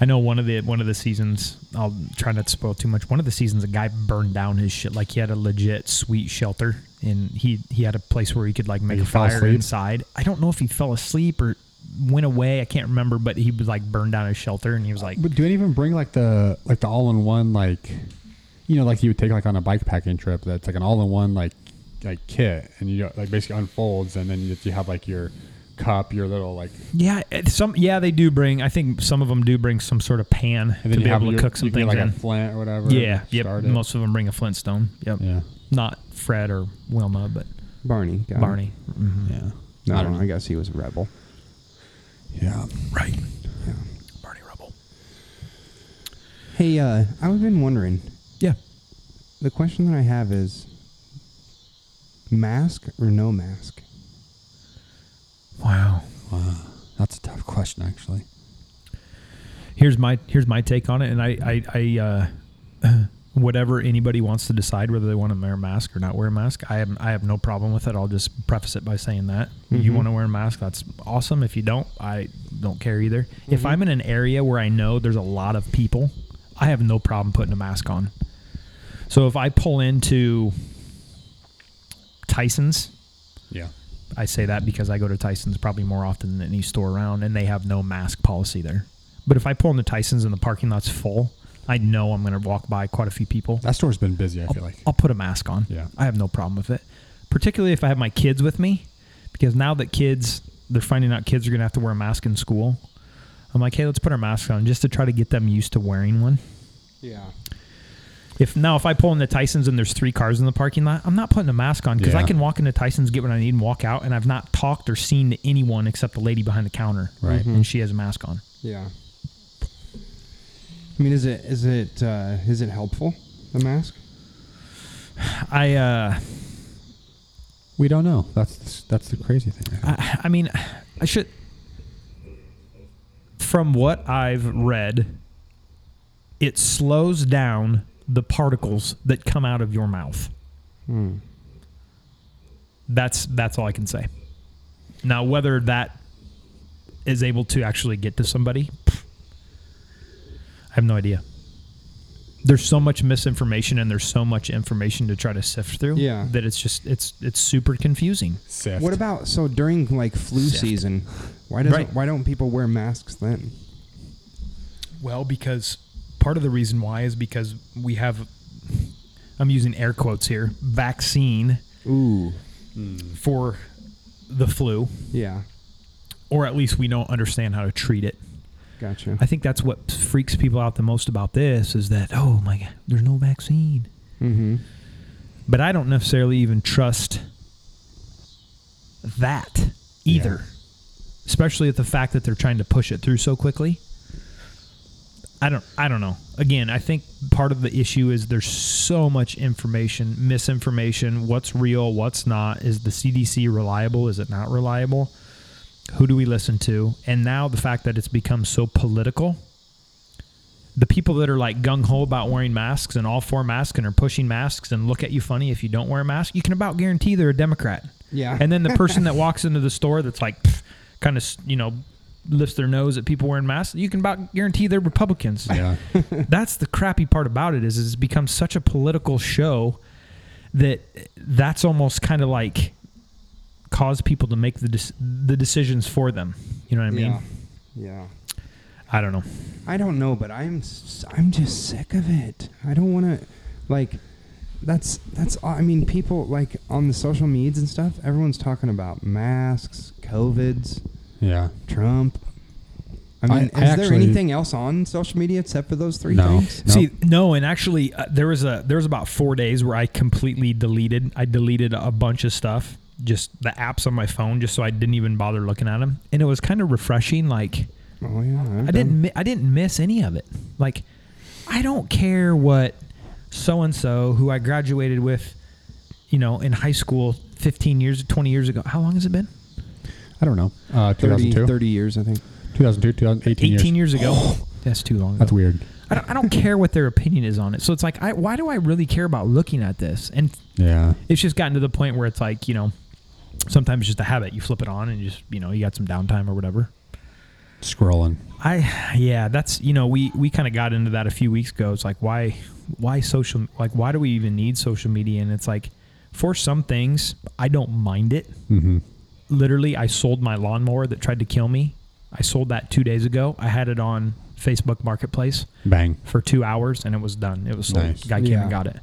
I know one of the one of the seasons. I'll try not to spoil too much. One of the seasons, a guy burned down his shit. Like he had a legit sweet shelter, and he he had a place where he could like make he a fell fire asleep? inside. I don't know if he fell asleep or went away. I can't remember, but he was like burned down his shelter, and he was like, But do it even bring like the like the all in one like you know like you would take like on a bike packing trip that's like an all in one like like kit and you like basically unfolds and then you, you have like your cup, your little like "Yeah, it- some yeah they do bring. I think some of them do bring some sort of pan and to then be you have able to your- cook some you can get, things like in. a plant or whatever. yeah, and yep. start it. Most of them bring a Flintstone. Yep. Yeah. Not Fred or Wilma, but Barney. got it. Barney. Mm-hmm. Yeah. No, I, don't know. I guess he was a rebel. Yeah. Right. Barney Rubble. Hey, uh, I've been wondering. Yeah. The question that I have is mask or no mask? Wow. That's a tough question actually. here's my here's my take on it and i i, I uh whatever anybody wants to decide whether they want to wear a mask or not wear a mask i have i have no problem with it i'll just preface it by saying that you want to wear a mask that's awesome if you don't i don't care either if i'm in an area where i know there's a lot of people i have no problem putting a mask on so if i pull into tyson's Yeah. I say that because I go to Tyson's probably more often than any store around, and they have no mask policy there. But if I pull into Tyson's and the parking lot's full, I know I'm going to walk by quite a few people. That store's been busy, I feel like. I'll put a mask on. Yeah. I have no problem with it, particularly if I have my kids with me, because now that kids they're finding out kids are going to have to wear a mask in school. I'm like, hey, let's put our masks on just to try to get them used to wearing one. Yeah. If now if I pull into Tyson's and there's three cars in the parking lot, I'm not putting a mask on because I Yeah. can walk into Tyson's, get what I need, and walk out. And I've not talked or seen to anyone except the lady behind the counter, Right. And she has a mask on. Yeah. I mean, is it is it uh, is it helpful the mask? I uh, We don't know. That's that's the crazy thing. I, I mean, I should. From what I've read, it slows down the particles that come out of your mouth. That's that's all I can say. Now, whether that is able to actually get to somebody, pff, I have no idea. There's so much misinformation and there's so much information to try to sift through Yeah. that it's just it's it's super confusing. Sift. What about so during like flu Sift. season? Why doesn't Right. why don't people wear masks then? Well, because part of the reason why is because we have, I'm using air quotes here, vaccine Ooh. for the flu, Yeah. or at least we don't understand how to treat it. Gotcha. I think that's what freaks people out the most about this is that oh my god, there's no vaccine. mm-hmm. But I don't necessarily even trust that either, especially at the fact that they're trying to push it through so quickly. I don't. I don't know. Again, I think part of the issue is there's so much information, misinformation. What's real? What's not? Is the CDC reliable? Is it not reliable? Who do we listen to? And now the fact that it's become so political the people that are like gung ho about wearing masks and all for masks and are pushing masks and look at you funny if you don't wear a mask, you can about guarantee they're a Democrat. Yeah. And then the person that walks into the store that's like, kind of, you know, lifts their nose at people wearing masks, you can about guarantee they're Republicans. Yeah. That's the crappy part about it is, is it's become such a political show that that's almost kind of like cause people to make the dec- the decisions for them. You know what I mean? Yeah. Yeah. I don't know. I don't know, but I'm s- I'm just sick of it. I don't want to like that's that's all- I mean people like on the social medias and stuff, everyone's talking about masks, covids, Yeah. Trump. I I- mean, I is there actually- anything else on social media except for those three No. things? No. See, no, and actually, uh, there was a there was about four days where I completely deleted. I deleted a bunch of stuff, just the apps on my phone, just so I didn't even bother looking at them. And it was kind of refreshing. Like Oh yeah, I've I done- didn't mi- I didn't miss any of it. Like I don't care what so and so who I graduated with, you know, in high school, fifteen years, twenty years ago. How long has it been? I don't know. Uh, 30, 2002? 30 years, I think. 2002, 2018 Eighteen years, ago. That's too long. That's ago. weird. I don't, I don't care what their opinion is on it. So it's like, I, why do I really care about looking at this? And Yeah. it's just gotten to the point where it's like you know sometimes it's just a habit you flip it on and you just you know you got some downtime or whatever Scrolling. i yeah that's you know we we kind of got into that a few weeks ago it's like why why social like why do we even need social media and it's like for some things i don't mind it Mm-hmm. literally i sold my lawnmower that tried to kill me i sold that two days ago i had it on facebook marketplace Bang. for two hours and it was done it was sold Nice. guy came Yeah. and got it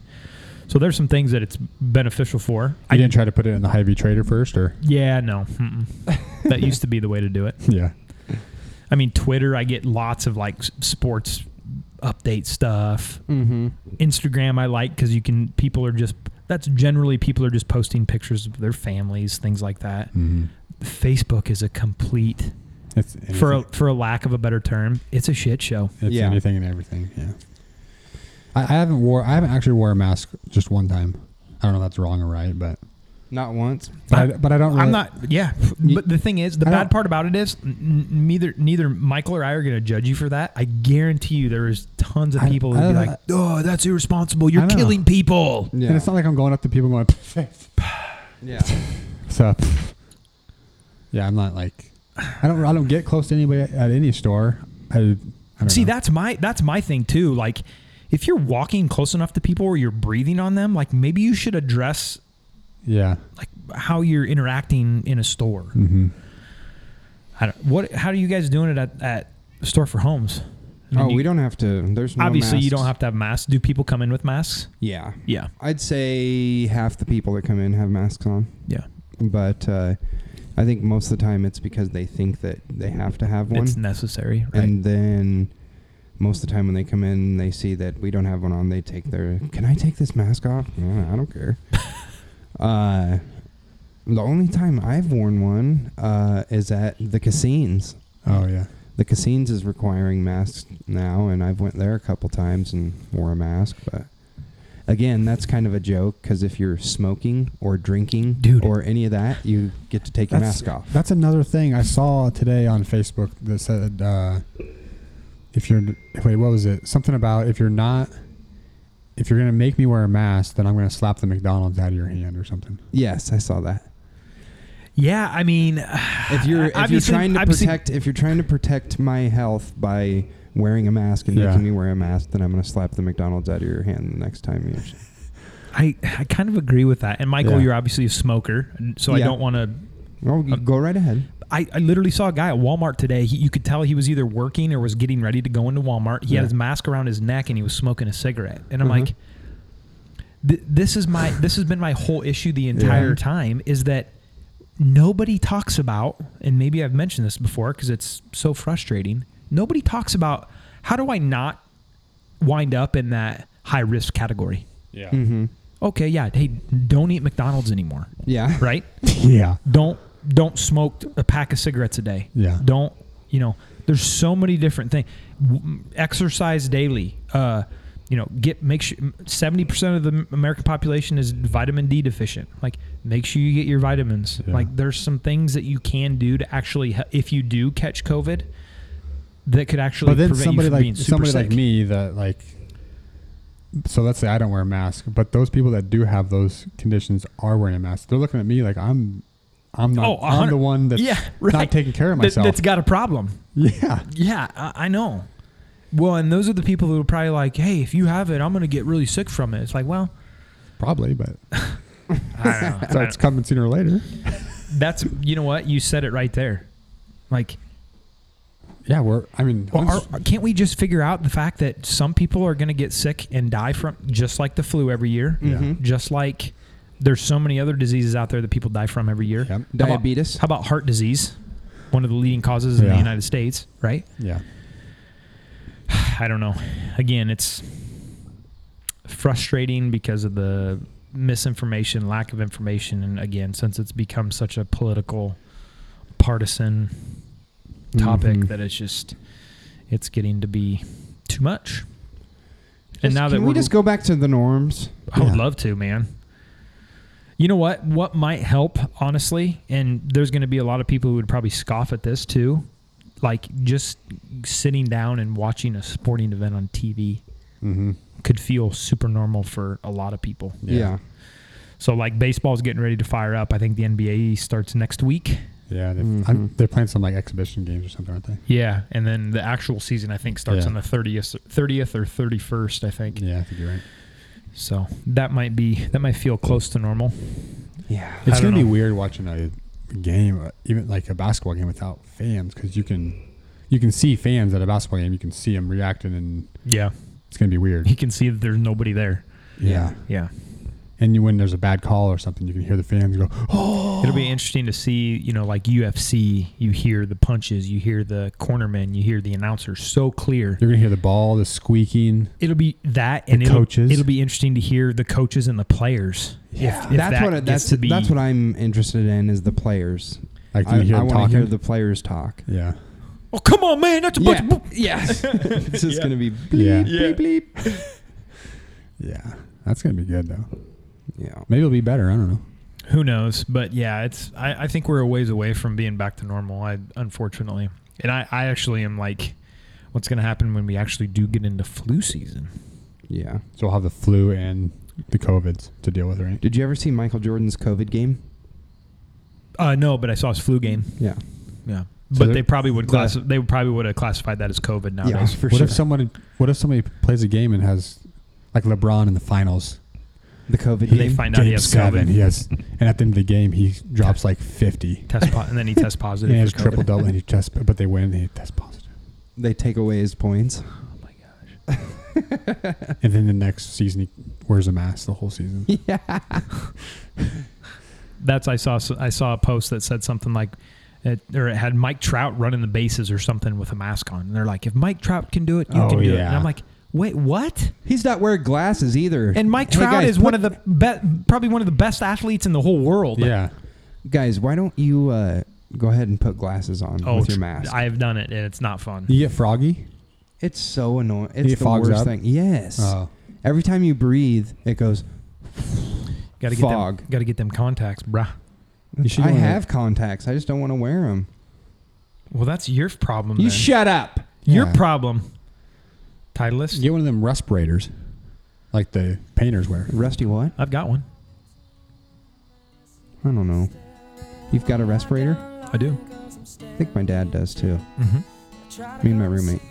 so there's some things that it's beneficial for I didn't try to put it in the Hy-Vee trader first, or Yeah, no. Mm-mm. that used to be the way to do it. yeah, I mean, Twitter, I get lots of like s- sports update stuff. Mm-hmm. Instagram, I like because you can, people are just, that's generally people are just posting pictures of their families, things like that. Mm-hmm. Facebook is a complete, it's anything, for a, for a lack of a better term, it's a shit show. it's Yeah. anything and everything. Yeah, I, I haven't wore I haven't actually wore a mask just one time. I don't know if that's wrong or right, but Not once. but I, but I don't. Really, I'm not, yeah. But the thing is, the I bad don't- part about it is, n- n- neither neither Michael or I are going to judge you for that. I guarantee you, there is tons of I- people I that be don't- like, "Oh, that's irresponsible! You're I don't know. killing people." Yeah. And it's not like I'm going up to people going, yeah. so pff. yeah, I'm not like I don't I don't get close to anybody at any store. I, I don't See, know. that's my that's my thing too. Like, if you're walking close enough to people or you're breathing on them, like maybe you should address yeah. like how you're interacting in a store. Mm-hmm. I don't, what? How are you guys doing it at at store for homes? I mean, Oh, you- we don't have to. There's no Obviously, you masks. don't have to have masks. Do people come in with masks? Yeah. Yeah, I'd say half the people that come in have masks on, yeah. but uh, I think most of the time it's because they think that they have to have one, It's necessary, right? and then most of the time when they come in, they see that we don't have one on. They take their. Can I take this mask off? Yeah, I don't care. uh, the only time I've worn one uh, is at the casinos. Oh yeah. The casinos is requiring masks now, and I've went there a couple times and wore a mask. But again, that's kind of a joke because if you're smoking or drinking Dude. or any of that, you get to take your mask off. That's another thing I saw today on Facebook that said, uh, if you're, wait, what was it? Something about if you're not, if you're going to make me wear a mask, then I'm going to slap the McDonald's out of your hand or something. yes, I saw that. yeah, I mean, If you're if you're obviously- trying to obviously- protect if you're trying to protect my health by wearing a mask and Yeah. making me wear a mask, then I'm gonna slap the McDonald's out of your hand the next time you. I, I kind of agree with that. And Michael, Yeah. you're obviously a smoker, and so I Yeah. don't want to Oh, Well, you go right ahead. I, I literally saw a guy at Walmart today. He, you could tell he was either working or was getting ready to go into Walmart. He Yeah. Mm-hmm. had his mask around his neck and he was smoking a cigarette. And I'm like, th- this is my this has been my whole issue the entire time is that nobody talks about, and maybe I've mentioned this before because it's so frustrating. Nobody talks about how do I not wind up in that high risk category. Yeah. Okay, yeah, hey, don't eat McDonald's anymore, Mm-hmm. Yeah. right? Yeah. don't don't smoke a pack of cigarettes a day. Yeah. Don't you know? There's so many different things. W- Exercise daily. Uh, you know, get make sure seventy percent of the American population is vitamin D deficient. Like, make sure you get your vitamins. Yeah. Like, there's some things that you can do to actually, he- if you do catch COVID, that could actually But then prevent somebody you from being like super somebody sick. like me that like so let's say I don't wear a mask, but those people that do have those conditions are wearing a mask. They're looking at me like I'm I'm not Oh, a I'm the hundred- one that's yeah, right. not taking care of That- myself. that's got a problem. yeah. Yeah, I, I know. Well, and those are the people who are probably like, "Hey, if you have it, I'm going to get really sick from it." It's like, well, Probably, but I don't know. so it's coming sooner or later. that's you know what you said it right there. Like, Yeah, we're I mean well, once- are, can't we just figure out the fact that some people are going to get sick and die from just like the flu every year, Mhm. just like there's so many other diseases out there that people die from every year. Yep. How about- Diabetes. How about heart disease? One of the leading causes in the Yeah. United States, right? yeah. I don't know. Again, it's frustrating because of the misinformation, lack of information, and again, since it's become such a political, partisan topic Mhm. that it's just it's getting to be too much. and Just- now that can we're, we just go back to the norms. I would yeah. love to, man. You know what? What might help, honestly, and there's going to be a lot of people who would probably scoff at this too, like just sitting down and watching a sporting event on TV Mm-hmm. could feel super normal for a lot of people. Yeah. Yeah. So like baseball's getting ready to fire up. I think the NBA starts next week. Yeah, they I'm, they're playing some like exhibition games or something, aren't they? Yeah, and then the actual season I think starts Yeah. on the 30th 30th or 31st, I think. Yeah, I think you're right. So that might be that might feel close to normal. Yeah. It's I gonna don't be know. weird watching a game, uh, even like a basketball game without fans, because you can you can see fans at a basketball game. You can see them reacting, and Yeah. it's gonna be weird. You can see that there's nobody there. Yeah, Yeah. and you, when there's a bad call or something, you can hear the fans go, "Oh, It'll be interesting to see, you know, like UFC, you hear the punches, you hear the cornermen, you hear the announcer so clear. you're gonna hear the ball, the squeaking." It'll be that and The it'll, coaches. it'll be interesting to hear the coaches and the players. Yeah. that's what I- that's that's what I'm interested in is the players. Like, do I, you hear I them want to talking? hear the players talk. Yeah, Oh come on, man! That's a bunch. Of, yes. it's just Yeah. gonna be Yeah. bleep bleep bleep. yeah, that's gonna be good though. Yeah. Maybe it'll be better. I don't know. Who knows? But yeah, it's. I, I think we're a ways away from being back to normal. I unfortunately, and I, I actually am like, what's going to happen when we actually do get into flu season? Yeah. So we'll have the flu and the covids to deal with, right? Did you ever see Michael Jordan's COVID game? Uh, no, but I saw his flu game. Yeah. Yeah, So but they they're- probably would class. they probably would have classified that as COVID nowadays. for what sure. if someone? What if somebody plays a game and has like LeBron in the finals? the COVID They game. find out he has COVID. He has, and at the end of the game, he drops like fifty. Test po- and then he tests And positive. he has for COVID. triple double, and he tests, but they win. He tests positive, they take away his points. Oh my gosh. and then the next season he wears a mask the whole season. That's I saw. I saw a post that said something like, it, or it had Mike Trout running the bases or something with a mask on. And they're like, if Mike Trout can do it, you Oh, can do it. And yeah. I'm like, wait, what? He's not wearing glasses either. And Mike Hey, Trout guys, is one of the be- probably one of the best athletes in the whole world. yeah, guys. Why don't you uh, go ahead and put glasses on Oh, with your tr- mask? I have done it, and it's not fun. you get froggy. it's so annoying. It It's the fogs worst up? thing. Yes. Oh. Every time you breathe, it goes. Got to get Fog. them. Got to get them contacts, bruh. You should I go in a- have contacts. I just don't want to wear them. Well, that's your problem. You then. shut up. your Yeah. problem. Titleist. Get one of them respirators, like the painters wear. Rusty, what? I've got one. I don't know. You've got a respirator? I do. I think my dad does too. Mm-hmm. Me and my roommate.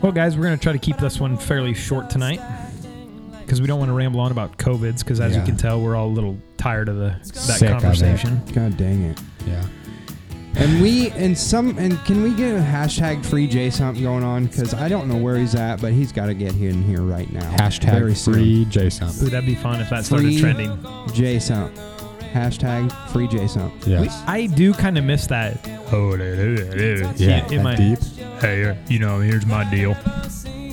Well, guys, we're going to try to keep this one fairly short tonight because we don't want to ramble on about COVIDs because, as Yeah. you can tell, we're all a little tired of the, that Sick of it. conversation. God dang it. Yeah. And we and some and can we get a hashtag free J something going on? Because I don't know where he's at, but he's got to get here in here right now. Hashtag Very soon. free JSON. Ooh, that'd be fun if that started Free trending. J something. Hashtag free J something. Yes. I do kind of miss that. Oh, Yeah. in that my deep. hey, uh, you know, here's my deal.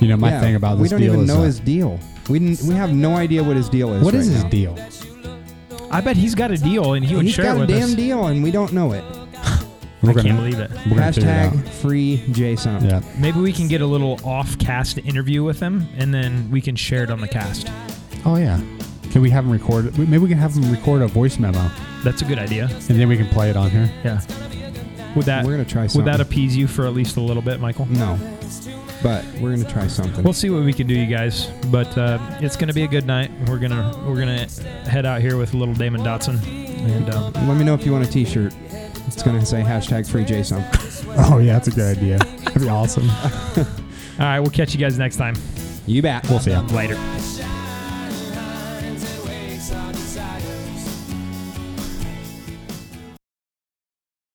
You know, my Yeah, thing about this we don't deal even is know uh, his deal. We didn't, we have no idea what his deal is. what is right his now. deal? I bet he's got a deal and he would He's share got it a with damn us. deal, and we don't know it. We're I gonna- can't believe it. We're gonna figure it out. Hashtag free J something. Yeah. Maybe we can get a little off-cast interview with him, and then we can share it on the cast. Oh yeah. Can we have him record? Maybe we can have him record a voice memo, That's a good idea. and then we can play it on here. Yeah. Would that We're gonna try would that something. appease you for at least a little bit, Michael? No, but we're gonna try something. We'll see what we can do, you guys. But uh, it's gonna be a good night. We're gonna we're gonna head out here with little Damon Dotson, and um, Let me know if you want a T-shirt. It's gonna say hashtag free J something. Oh yeah, that's a good idea. That'd be awesome. all right, we'll catch you guys next time. You bet. We'll see ya. Later. Shine